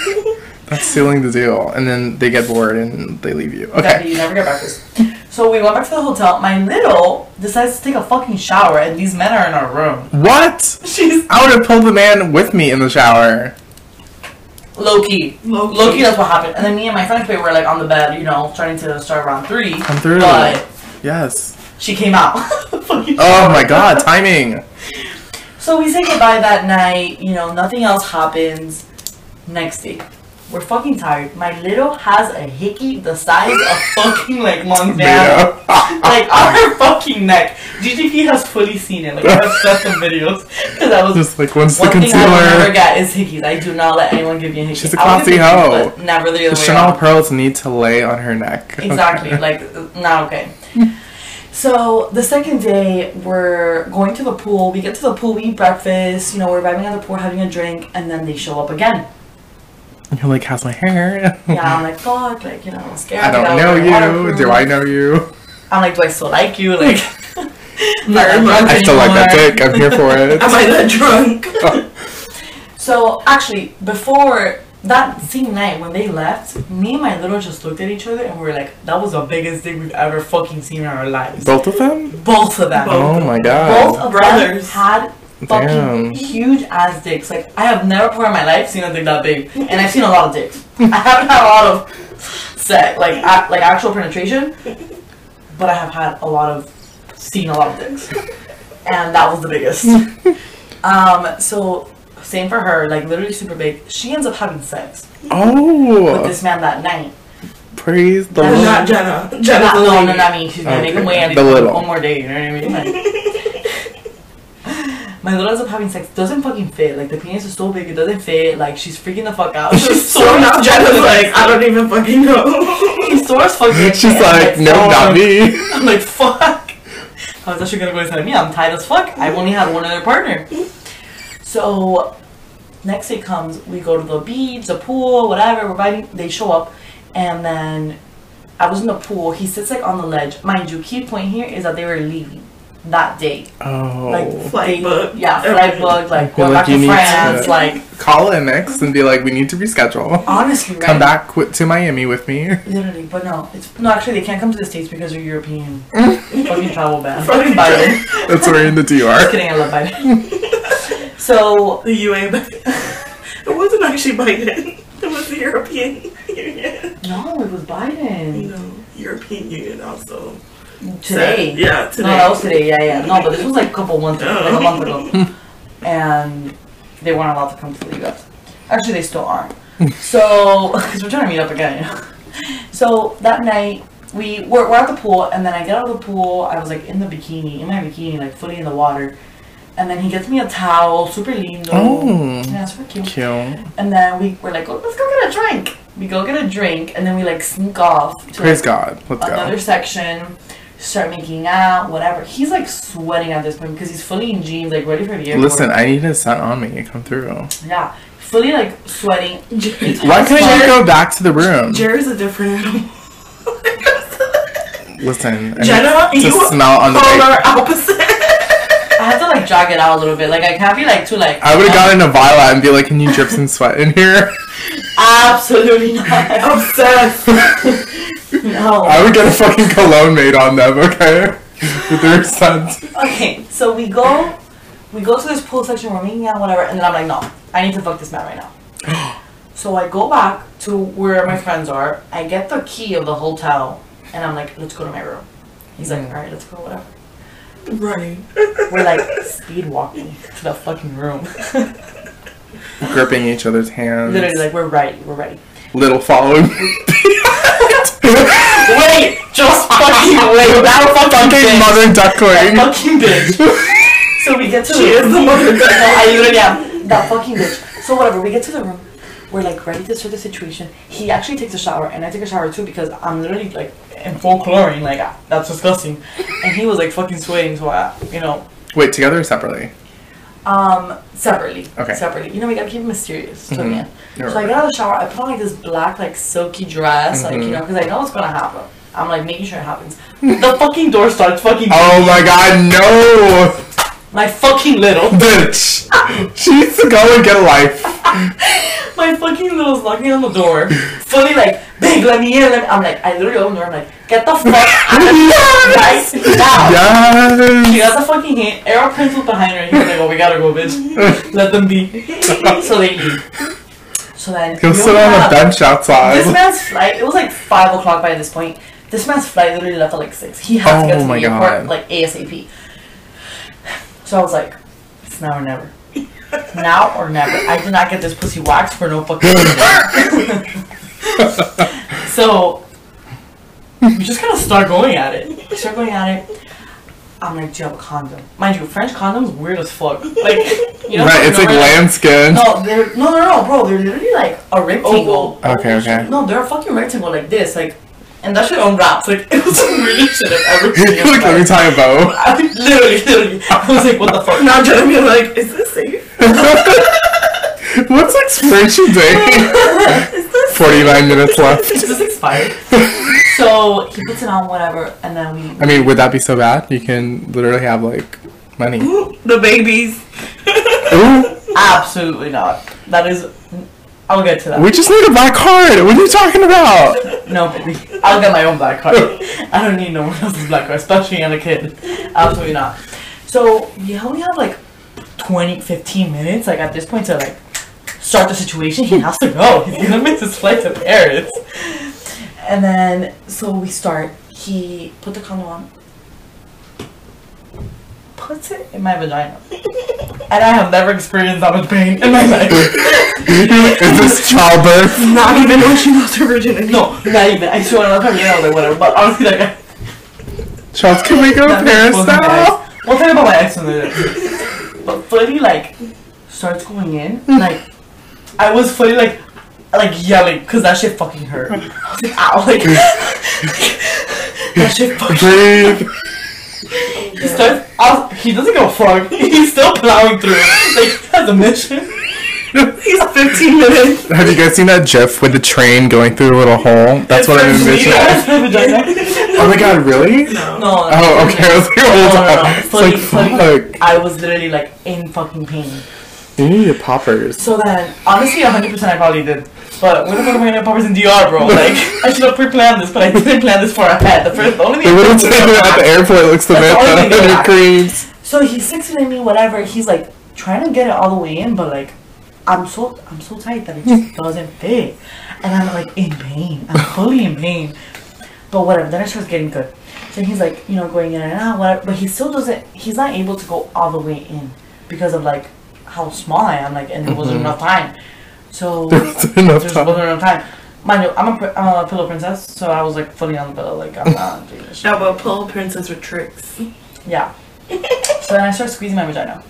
Speaker 3: That's sealing the deal. And then they get bored and they leave you.
Speaker 4: Definitely,
Speaker 3: Okay.
Speaker 4: you never get breakfast. So we went back to the hotel. My little decides to take a fucking shower, and these men are in our room.
Speaker 3: What?
Speaker 4: She's
Speaker 3: I would have pulled the man with me in the shower.
Speaker 4: low key.
Speaker 5: Low key.
Speaker 4: Low key, that's what happened. And then me and my friend were like on the bed, you know, starting to start around three.
Speaker 3: Come through.
Speaker 4: But
Speaker 3: Yes.
Speaker 4: she came out. Fucking
Speaker 3: Oh my god, timing.
Speaker 4: So we say goodbye that night, you know, nothing else happens. Next day. We're fucking tired. My little has a hickey the size of fucking like Montana.
Speaker 3: Yeah.
Speaker 4: Like on her fucking neck. GGP has fully seen it. Like I've sent some videos. Cause I was
Speaker 3: Just like once the
Speaker 4: one thing I will never
Speaker 3: concealer.
Speaker 4: get is hickeys. I do not let anyone give me a hickey.
Speaker 3: She's a
Speaker 4: I'll
Speaker 3: classy
Speaker 4: give you hickeys,
Speaker 3: hoe.
Speaker 4: but Never the
Speaker 3: The
Speaker 4: other way
Speaker 3: Chanel
Speaker 4: around.
Speaker 3: pearls need to lay on her neck.
Speaker 4: Exactly.
Speaker 3: Okay.
Speaker 4: Like, uh, not okay. so the second day, we're going to the pool. We get to the pool, we eat breakfast. You know, we're vibing at the pool, having a drink, and then they show up again.
Speaker 3: You're like, how's my hair?
Speaker 4: Yeah, I'm like, fuck, like, you know, I'm scared.
Speaker 3: I don't
Speaker 4: Like,
Speaker 3: know
Speaker 4: was
Speaker 3: you.
Speaker 4: waterproof.
Speaker 3: Do I know you?
Speaker 4: I'm like, do I still like you? Like, I'm not
Speaker 5: Very
Speaker 4: that
Speaker 5: much.
Speaker 4: drunk
Speaker 3: I still like that
Speaker 4: anymore.
Speaker 3: dick. I'm here for it.
Speaker 5: Am I that drunk?
Speaker 4: So actually, before that same night when they left, me and my little just looked at each other and we were like, that was the biggest thing we've ever fucking seen in our lives.
Speaker 3: Both of them?
Speaker 4: Both of them.
Speaker 5: Both.
Speaker 3: Oh my
Speaker 4: Both
Speaker 3: god.
Speaker 4: of
Speaker 5: Brothers.
Speaker 4: them had fucking
Speaker 3: Damn.
Speaker 4: huge ass dicks. Like I have never before in my life seen a dick that big, and I've seen a lot of dicks. I haven't had a lot of sex, like a like actual penetration, but I have had a lot of seen a lot of dicks, and that was the biggest. um, so same for her, like literally super big. She ends up having sex with
Speaker 3: Oh,
Speaker 4: this man that night.
Speaker 3: praise the
Speaker 4: That's
Speaker 3: Lord.
Speaker 5: I'm not Jenna. Jenna's
Speaker 4: Not,
Speaker 5: the
Speaker 4: no,
Speaker 5: lady.
Speaker 4: no, not me. She's gonna make him
Speaker 3: Okay.
Speaker 4: wait at
Speaker 3: The
Speaker 4: least
Speaker 3: little.
Speaker 4: one more day. You know what I mean? Like, my little ends up having sex. Doesn't fucking fit. Like the penis is so big, it doesn't fit. Like she's freaking the fuck out.
Speaker 5: She's so not Jenna's like, I don't even fucking know.
Speaker 4: She's so as fuck.
Speaker 3: She's like, no, not me.
Speaker 4: I'm like, fuck. How's that shit gonna go inside me? I'm tired as fuck. I've only had one other partner. So, next day comes, we go to the beach, the pool, whatever, we're vibing. They show up, and then I was in the pool. He sits like on the ledge. Mind you, key point here is that they were leaving that day.
Speaker 3: Oh.
Speaker 4: Like
Speaker 5: Flight
Speaker 4: they-
Speaker 5: booked,
Speaker 4: Yeah, flight
Speaker 5: everything.
Speaker 4: booked. Like
Speaker 3: feel
Speaker 4: going
Speaker 3: like
Speaker 4: back
Speaker 3: you
Speaker 4: to
Speaker 3: need to-
Speaker 4: France. Like
Speaker 3: Call MX and be like, we need to reschedule.
Speaker 4: honestly, right?
Speaker 3: Come back qu- to Miami with me.
Speaker 4: Literally, but no, it's no. Actually, they can't come to the states because they're European. fucking travel ban. Fucking Biden.
Speaker 3: That's where in the
Speaker 4: Just
Speaker 3: DR.
Speaker 4: kidding. I love Biden. so
Speaker 5: The UA. but- it wasn't actually Biden. It was the European Union.
Speaker 4: no, it was
Speaker 5: You
Speaker 4: Biden
Speaker 5: know, European Union also.
Speaker 4: today.
Speaker 5: said- yeah, today.
Speaker 4: No, that was today. Yeah, yeah. No, but this was like a couple months ago, like a month ago, and they weren't allowed to come to the U.S. Actually, they still aren't. So, because we're trying to meet up again. So that night, we were, we're at the pool, and then I get out of the pool. I was like in the bikini, in my bikini, like fully in the water. And then he gets me a towel, super lindo.
Speaker 3: Oh.
Speaker 4: yeah, super cute.
Speaker 3: Cute.
Speaker 4: And then we were like, oh, let's go get a drink. We go get a drink, and then we like sneak off to like,
Speaker 3: Praise God. Let's
Speaker 4: another
Speaker 3: go.
Speaker 4: section, start making out, whatever. He's like sweating at this point because he's fully in jeans, like ready for the airport.
Speaker 3: Listen, I need a scent on me. Come through.
Speaker 4: yeah, fully like sweating.
Speaker 3: Why can't you go back to the room?
Speaker 5: Jerry's a different animal.
Speaker 3: Listen, I
Speaker 5: Jenna,
Speaker 3: need to
Speaker 5: you
Speaker 3: smell on the
Speaker 5: polar
Speaker 3: way.
Speaker 5: opposite.
Speaker 4: I have to like drag it out a little bit. Like I can't be like too like.
Speaker 3: I would have gotten a violet and be like, "Can you drip some sweat in here?"
Speaker 4: absolutely not.
Speaker 5: Oh, Obsessed.
Speaker 4: no.
Speaker 3: I would get a fucking cologne made on them, okay? With their scent.
Speaker 4: Okay, so we go, we go to this pool section. We're making out, whatever, and then I'm like, no, I need to fuck this man right now. So I go back to where my friends are. I get the key of the hotel, and I'm like, let's go to my room. He's like, all right, let's go, whatever.
Speaker 5: Running.
Speaker 4: We're like speed walking to the fucking room.
Speaker 3: Gripping each other's hands.
Speaker 4: Literally, like we're ready, we're ready.
Speaker 3: Little following.
Speaker 4: Wait, just fucking wait. That fucking
Speaker 3: fucking
Speaker 4: bitch.
Speaker 3: mother duckling.
Speaker 4: fucking bitch. So we get to
Speaker 5: She is the mother
Speaker 4: No, I literally am that fucking bitch. So whatever, we get to the room. We're like ready to sort the situation. He actually takes a shower, and I take a shower too because I'm literally like in full chlorine, like ah, that's disgusting. And he was like fucking sweating, so I, you know,
Speaker 3: Wait, together or separately?
Speaker 4: Um, separately.
Speaker 3: Okay. Mm-hmm.
Speaker 4: Separately. You know, we gotta keep it mysterious to the end.
Speaker 3: You're
Speaker 4: So I get out of the shower. I put on like this black, like silky dress, like
Speaker 3: Mm-hmm.
Speaker 4: you know, because I know what's gonna happen. I'm like making sure it happens. the fucking door starts fucking.
Speaker 3: Oh my god, no!
Speaker 4: My fucking little.
Speaker 3: Bitch! She needs to go and get a life.
Speaker 4: My fucking little's knocking on the door. Fully like, big, let me in. Let me. I'm like, I literally open the door. I'm like, get the fuck out
Speaker 3: yes!
Speaker 4: right now. She
Speaker 3: Yes!
Speaker 4: got the fucking hand, arrow pencil behind her, and he's like, "Oh, we gotta go, bitch. Let them be." so they leave. So then
Speaker 3: Go
Speaker 4: we
Speaker 3: sit
Speaker 4: open
Speaker 3: on a
Speaker 4: up.
Speaker 3: bench
Speaker 4: This
Speaker 3: outside.
Speaker 4: man's flight, it was like 5 o'clock by this point. This man's flight literally left at like 6. He had to
Speaker 3: Oh
Speaker 4: get to the
Speaker 3: my
Speaker 4: airport
Speaker 3: God.
Speaker 4: like ASAP. So I was like, it's now or never. now or never. I did not get this pussy waxed for no fucking reason. so we just kind of start going at it. Start going at it. I'm like, do you have a condom? Mind you, French condoms weird as fuck. Like, you know,
Speaker 3: Right, it's like
Speaker 4: they're-
Speaker 3: lambskin.
Speaker 4: No, they're no, no, no, bro. They're literally like a rectangle.
Speaker 5: Oh,
Speaker 3: Okay, okay.
Speaker 4: No, they're a fucking rectangle like this, like, and that shit unwraps. Like, it was the weirdest shit I've ever seen. in my
Speaker 3: like, let me
Speaker 4: life.
Speaker 3: tie a bow.
Speaker 4: I literally, literally, I was like, what the fuck?
Speaker 5: Now Jeremy is like, is this safe?
Speaker 3: What's expiration date? 49 minutes left.
Speaker 4: Is this expired? so he puts it on, whatever, and then we.
Speaker 3: I mean, would that be so bad? You can literally have like money. Ooh,
Speaker 5: the babies.
Speaker 4: Absolutely not. That is. I'll get to that.
Speaker 3: we just need a black card. What are you talking about?
Speaker 4: No, baby. I'll get my own black card. I don't need no one else's black card, especially on a kid. Absolutely not. So, yeah, we have like 20, 15 minutes, like at this point, to like start the situation. He has to go. He's gonna miss his flight to Paris. And then, so we start. He put the condom on, puts it in my vagina. And I have never experienced that much pain in my life.
Speaker 3: Is this childbirth?
Speaker 5: Not even when she lost her virginity.
Speaker 4: No, not even. I swear I'm not coming out like whatever, but honestly, like, I-
Speaker 3: Charles, can we go to Paris
Speaker 4: Well,
Speaker 3: now?
Speaker 4: guys, We'll talk about my ex in a minute. But fully like starts going in. Like I was fully like like yelling because that shit fucking hurt. I was like, ow, like that shit fucking
Speaker 3: Breathe.
Speaker 4: he starts. I was, he doesn't give a fuck. He's still plowing through. Like he has a mission.
Speaker 5: He's 15 minutes.
Speaker 3: Have you guys seen that GIF with the train going through a little hole? That's what I'm envisioning. Oh my god, really?
Speaker 4: No.
Speaker 3: Oh, okay. I was like, hold
Speaker 4: No, no, no.
Speaker 3: on. It's
Speaker 4: Fully,
Speaker 3: like,
Speaker 4: fully-
Speaker 3: fuck.
Speaker 4: I was literally like in fucking pain.
Speaker 3: You need poppers.
Speaker 4: So then, honestly, 100% I probably did. But we're not going to wear poppers in DR, bro. Like, I should have pre-planned this, but I didn't plan this for ahead. The first, the only
Speaker 3: The
Speaker 4: thing.
Speaker 3: little train at the airport looks the
Speaker 4: That's
Speaker 3: best
Speaker 4: the only thing
Speaker 3: under
Speaker 4: that-
Speaker 3: creams.
Speaker 4: so he's sixing at me, whatever. He's like trying to get it all the way in, but like, I'm so I'm so tight that it just doesn't fit, and I'm like in pain. I'm fully in pain. But whatever. Then it starts getting good. So he's like, you know, going in and out, whatever. But he still doesn't. He's not able to go all the way in because of like how small I am, like, and there wasn't enough time. So
Speaker 3: wasn't enough
Speaker 4: there's
Speaker 3: time.
Speaker 4: wasn't enough time. Mind you, I'm a, pr- I'm a pillow princess, so I was like fully on the pillow, like I'm not doing this shit.
Speaker 5: No, but pull princess with tricks.
Speaker 4: Yeah. so then I started squeezing my vagina.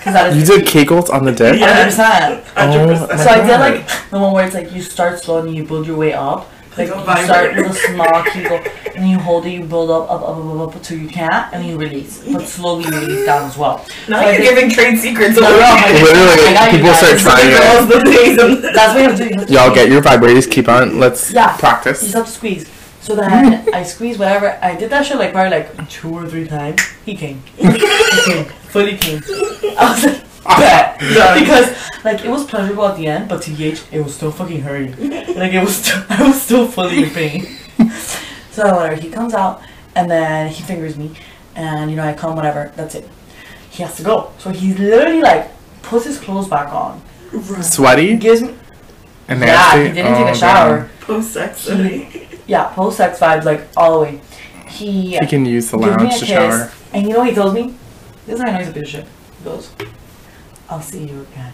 Speaker 4: Cause that
Speaker 3: You
Speaker 4: is
Speaker 3: did kegels on the dick?
Speaker 5: Yeah.
Speaker 4: 100%.
Speaker 3: Oh, my
Speaker 4: So I did
Speaker 3: God.
Speaker 4: like the one where it's like you start slow and you build your way up. Like
Speaker 5: Like a
Speaker 4: you start with
Speaker 5: vibrator.
Speaker 4: a small kegel and you hold it, you build up, up, up, up, up, up till you can't, and you release. But slowly you release down as well.
Speaker 5: Now
Speaker 4: So I
Speaker 5: you're
Speaker 4: did-
Speaker 5: giving trade secrets
Speaker 4: No,
Speaker 5: away.
Speaker 4: no, I did-
Speaker 3: Literally,
Speaker 4: I got you
Speaker 3: people
Speaker 4: guys.
Speaker 3: start trying it.
Speaker 5: Girls, the days of-
Speaker 4: That's what you have to do. You have to
Speaker 3: Y'all
Speaker 4: squeeze.
Speaker 3: get your vibrators, keep on. Let's
Speaker 4: Yeah. You
Speaker 3: practice.
Speaker 4: just have to squeeze. So then I squeeze whatever. I did that shit like probably like two or three times. He came. he came. Fully came. I was like, bet. Because like it was pleasurable at the end, but to H it was still fucking hurting. Like it was still, I was still fully in pain. so whatever, he comes out and then he fingers me and you know I come, whatever, that's it. He has to go. So he literally like puts his clothes back on.
Speaker 3: Sweaty
Speaker 4: Gives me
Speaker 3: and
Speaker 4: Yeah,
Speaker 3: nasty.
Speaker 4: he didn't
Speaker 3: Oh,
Speaker 4: take a
Speaker 3: God.
Speaker 4: shower.
Speaker 5: Post sex. okay.
Speaker 4: Yeah, post sex vibes like all the way. He,
Speaker 3: He can use the
Speaker 4: gives me
Speaker 3: lounge
Speaker 4: a
Speaker 3: to
Speaker 4: kiss,
Speaker 3: shower.
Speaker 4: and you know what he tells me? This is how I know he's a piece of shit. He goes, "I'll see you again."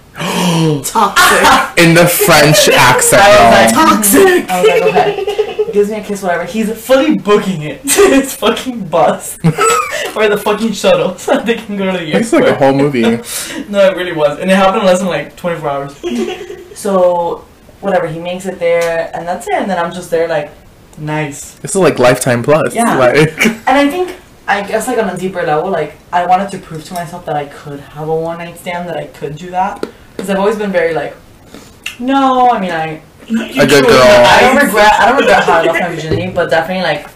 Speaker 5: Toxic.
Speaker 3: In the French accent. Oh.
Speaker 4: I was
Speaker 3: y'all.
Speaker 4: like,
Speaker 5: Toxic.
Speaker 4: I was like, okay. He gives me a kiss, whatever. He's fully booking it to his fucking bus or the fucking shuttle so they can go to the
Speaker 3: It's like a
Speaker 4: airport.
Speaker 3: whole movie.
Speaker 4: No, it really was, and it happened in less than like 24 hours. so, whatever, he makes it there, and that's it. And then I'm just there, like, nice.
Speaker 3: This is like Lifetime Plus.
Speaker 4: Yeah.
Speaker 3: Like,
Speaker 4: And I think, I guess, like on a deeper level, like I wanted to prove to myself that I could have a one night stand, that I could do that, because I've always been very like, no. I mean, I
Speaker 3: a good girl.
Speaker 4: I don't regret I don't regret how I lost my virginity, but definitely like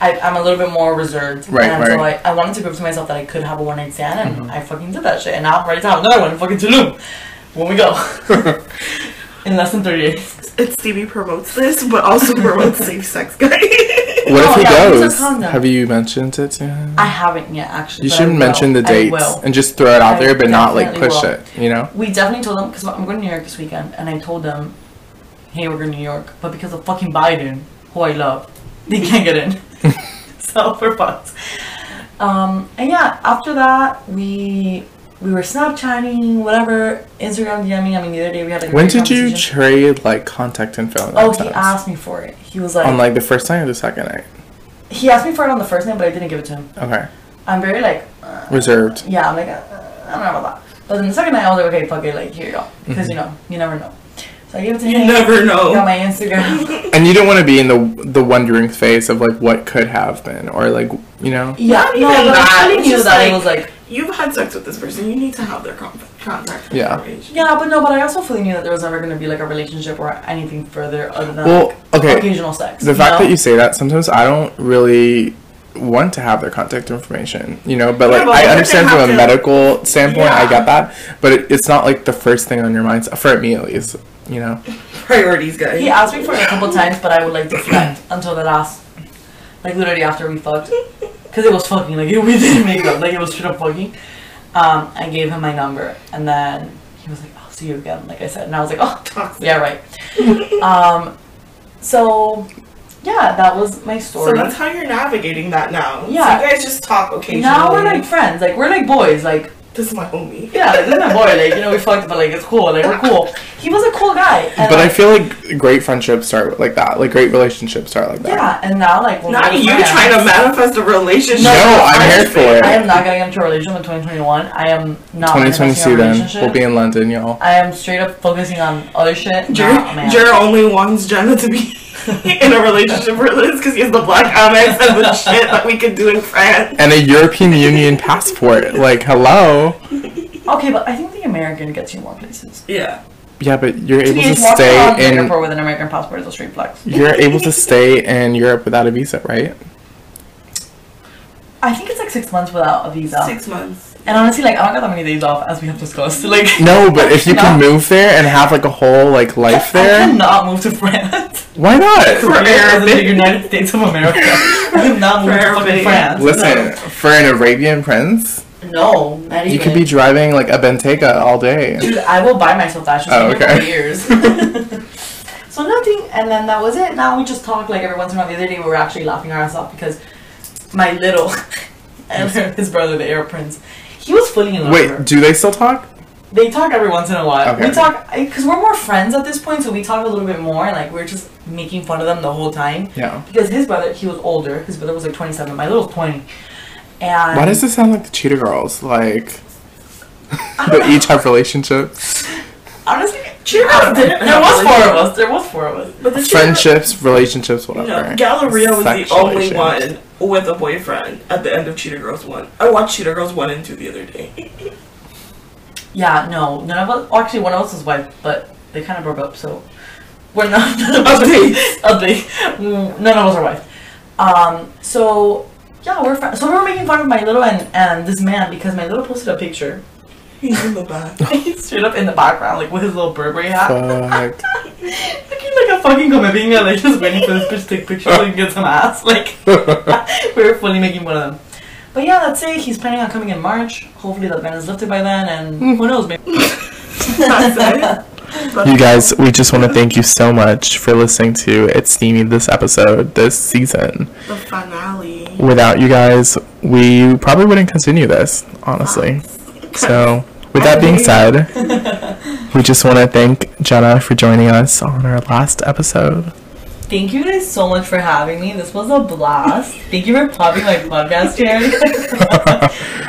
Speaker 4: I, I'm a little bit more reserved.
Speaker 3: Right,
Speaker 4: and so
Speaker 3: right. Mm-hmm.
Speaker 4: I, I wanted to prove to myself that I could have a one night stand, and I fucking did that shit. And now I'm ready to have another one, in fucking Tulum, when we go in less than thirty days.
Speaker 5: It's Stevie promotes this, but also promotes safe sex, guy.
Speaker 3: What if
Speaker 4: No,
Speaker 3: he
Speaker 4: Oh, yeah, use a
Speaker 3: goes?
Speaker 4: condom.
Speaker 3: Have you mentioned it to him?
Speaker 4: I haven't yet, actually.
Speaker 3: You
Speaker 4: but I
Speaker 3: should
Speaker 4: will.
Speaker 3: mention the
Speaker 4: I
Speaker 3: dates
Speaker 4: will.
Speaker 3: and just throw it out
Speaker 4: I
Speaker 3: there, but not like
Speaker 4: definitely
Speaker 3: push
Speaker 4: will.
Speaker 3: it. You know,
Speaker 4: We definitely told them because I'm going to New York this weekend, and I told them, "Hey, we're going to New York," but because of fucking Biden, who I love, they can't get in. so we're fucked. Um, and yeah, after that, we we were Snapchatting, whatever, Instagram DMing. I mean, the other day we had like. a
Speaker 3: when
Speaker 4: great
Speaker 3: did you
Speaker 4: conversation.
Speaker 3: trade like contact info? and
Speaker 4: Oh,
Speaker 3: that
Speaker 4: he
Speaker 3: stuff?
Speaker 4: asked me for it. He was like,
Speaker 3: on like the first night or the second night.
Speaker 4: he asked me for it on the first night, but I didn't give it to him.
Speaker 3: Okay,
Speaker 4: I'm very like, uh,
Speaker 3: reserved.
Speaker 4: yeah, I'm like, uh, I don't know about that. But then the second night, I was like, okay, fuck it, like here you go,
Speaker 3: Mm-hmm.
Speaker 4: because you know, you never know. So I gave it to
Speaker 5: You
Speaker 4: him.
Speaker 5: never
Speaker 4: I got
Speaker 5: know.
Speaker 4: my Instagram.
Speaker 3: And you don't want to be in the the wondering phase of like what could have been or like you know.
Speaker 4: yeah,
Speaker 5: Not
Speaker 4: no,
Speaker 5: even
Speaker 4: but
Speaker 5: that,
Speaker 4: I really
Speaker 5: it's
Speaker 4: knew
Speaker 5: just
Speaker 4: that it
Speaker 5: like-
Speaker 4: was like,
Speaker 5: You've had sex with this person. You need to have their con- contact
Speaker 3: Yeah.
Speaker 5: information.
Speaker 4: yeah, but no, but I also fully knew that there was never gonna be like a relationship or anything further other than
Speaker 3: Well, okay.
Speaker 4: occasional sex.
Speaker 3: The fact
Speaker 4: know?
Speaker 3: that you say that sometimes I don't really want to have their contact information, you know. But
Speaker 5: Yeah,
Speaker 3: like
Speaker 5: but what if
Speaker 3: I
Speaker 5: they
Speaker 3: understand from a
Speaker 5: have to-
Speaker 3: medical standpoint, I
Speaker 5: Yeah.
Speaker 3: get that. But it, it's not like the first thing on your mind for me at least, you know.
Speaker 5: Priorities, guys.
Speaker 4: he asked me for it a couple times, but I would like deflect until the last, like literally after we fucked, because it was fucking like we didn't make up, like it was straight up fucking. Um, I gave him my number, and then he was like, "I'll see you again," like I said, and I was like, "Oh,
Speaker 5: Toxic.
Speaker 4: yeah, right." um, so yeah, that was my story.
Speaker 5: So that's how you're navigating that now.
Speaker 4: Yeah.
Speaker 5: So you guys just talk occasionally.
Speaker 4: Now we're like friends, like we're like boys, like
Speaker 5: this is my homie.
Speaker 4: yeah, like, this is my boy, like you know we fucked, but like it's cool, like we're cool. He was a cool guy, and,
Speaker 3: But I
Speaker 4: like,
Speaker 3: feel like great friendships start like that. Like great relationships start like that.
Speaker 4: yeah, and now like when
Speaker 5: Not
Speaker 4: we're
Speaker 5: you
Speaker 4: friends-
Speaker 5: trying to manifest a relationship.
Speaker 3: No, I'm here
Speaker 5: honestly.
Speaker 3: for it.
Speaker 4: I am not getting into a relationship in 2021. I am not. manifesting
Speaker 3: 2022
Speaker 4: a
Speaker 3: then.
Speaker 4: relationship.
Speaker 3: We'll be in London, y'all.
Speaker 4: I am straight up focusing on other shit.
Speaker 5: Jer,
Speaker 4: not a man.
Speaker 5: Jer only wants Jenna to be in a relationship for this because he has the black Amex and the shit that we could do in France.
Speaker 3: And a European Union passport. Like, hello.
Speaker 4: okay, but I think the American gets you more places.
Speaker 5: Yeah.
Speaker 3: Yeah, but you're able to
Speaker 4: Teenage walking around the
Speaker 3: stay in
Speaker 4: airport with an American passport is a straight flex.
Speaker 3: you're able to stay in Europe without a visa, right?
Speaker 4: I think it's like six months without a visa.
Speaker 5: Six months.
Speaker 4: And honestly, like I don't got that many days off, as we have discussed. Like
Speaker 3: No, but if you can
Speaker 4: No.
Speaker 3: move there and have like a whole like life
Speaker 4: I
Speaker 3: there,
Speaker 4: cannot move to France.
Speaker 3: why
Speaker 4: For
Speaker 3: not?
Speaker 4: the United States of America. I cannot move to
Speaker 5: For
Speaker 4: fucking
Speaker 5: Airbnb.
Speaker 4: France.
Speaker 3: Listen, for an Arabian prince,
Speaker 4: No, not even.
Speaker 3: you could be driving like a Bentayga all day.
Speaker 4: Dude, I will buy myself that shit
Speaker 3: Oh,
Speaker 4: for
Speaker 3: okay.
Speaker 4: years. so nothing, and then that was it. Now we just talk like every once in a while. The other day we were actually laughing our ass off because my little and his brother, the Air Prince, he was fully in love with her.
Speaker 3: Wait, do they still talk?
Speaker 4: They talk every once in a while.
Speaker 3: Okay.
Speaker 4: We talk because we're more friends at this point, so we talk a little bit more. And like we're just making fun of them the whole time
Speaker 3: Yeah.
Speaker 4: because his brother, he was older. His brother was like 27. My little 20. And
Speaker 3: Why does this sound like the Cheetah Girls? Like they each have relationships,
Speaker 4: honestly? Cheers! There, there was four of us. There was four of us.
Speaker 5: But the
Speaker 3: friendships, relationships,
Speaker 5: You
Speaker 3: whatever.
Speaker 5: know, Galleria was the only
Speaker 3: Sexualization.
Speaker 5: one with a boyfriend at the end of Cheetah Girls 1. I watched Cheetah Girls 1 and 2 the other day.
Speaker 4: Yeah, no, none of us. Actually, one of us was wife, but they kind of broke up, so we're not. None of us,
Speaker 5: Updates.
Speaker 4: Update. Mm, None of us are wife. Um. So yeah, we're fri so we were making fun of my little and and this man because my little posted a picture.
Speaker 5: He's in the back.
Speaker 4: He's straight up in the background, like with his little Burberry hat.
Speaker 3: Fuck.
Speaker 4: Looking like a fucking comevinga, like just waiting for this bitch to take pictures so he can get some ass. Like, we were fully making one of them. But yeah, that's it. He's planning on coming in March. Hopefully that man is lifted by then, and who knows, maybe.
Speaker 5: That's it. But
Speaker 3: You guys, we just want to thank you so much for listening to It's Steamy this episode, this season.
Speaker 5: the finale.
Speaker 3: Without you guys, we probably wouldn't continue this, honestly. So, with that being said, we just want to thank Jenna for joining us on our last episode.
Speaker 4: Thank you guys so much for having me. This was a blast. Thank you for popping my podcast, Jared.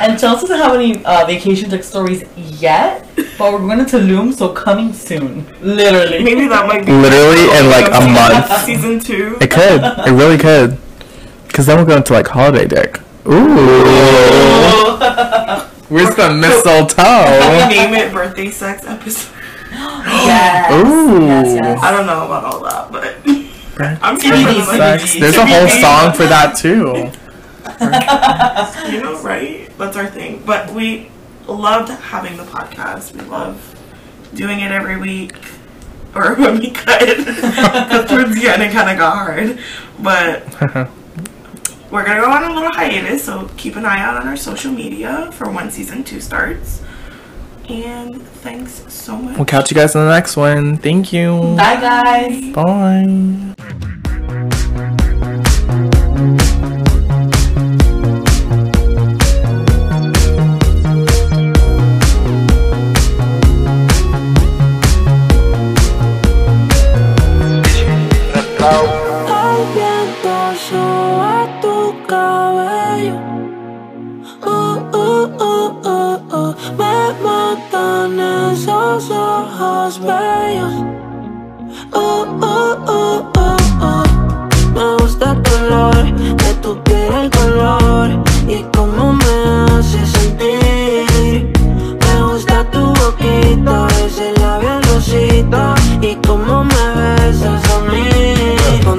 Speaker 4: and Chelsea doesn't have any uh, vacation tech stories yet, but we're going to Tulum, so coming soon. Literally.
Speaker 5: Maybe that might be.
Speaker 3: Literally in like a month.
Speaker 5: Season 2.
Speaker 3: It could. It really could. Because then we'll go into like holiday dick. Ooh. Where's the mistletoe?
Speaker 5: Name it birthday sex episode.
Speaker 4: Yes.
Speaker 3: Ooh.
Speaker 4: Yes, yes.
Speaker 5: I don't know about all that, but. I'm sure
Speaker 4: Birthday
Speaker 5: for the money.
Speaker 3: Sex. There's a whole song for that too.
Speaker 5: You know, right? That's our thing. But we loved having the podcast. We love doing it every week, or when we could. Because towards the end, it kind of got hard. But we're gonna go on a little hiatus, so keep an eye out on our social media for when season two starts. And thanks so much.
Speaker 3: We'll catch you guys in the next one. Thank you.
Speaker 4: Bye, guys.
Speaker 3: Bye.
Speaker 2: El viento sube tu cabello. Uh, uh, uh, uh, uh. Me matan esos ojos bellos. Uh, uh, uh, uh, uh. Me gusta el color de tu piel, el color y cómo me hace sentir. Me gusta tu boquita, ese labial rosita y cómo me besas a mí.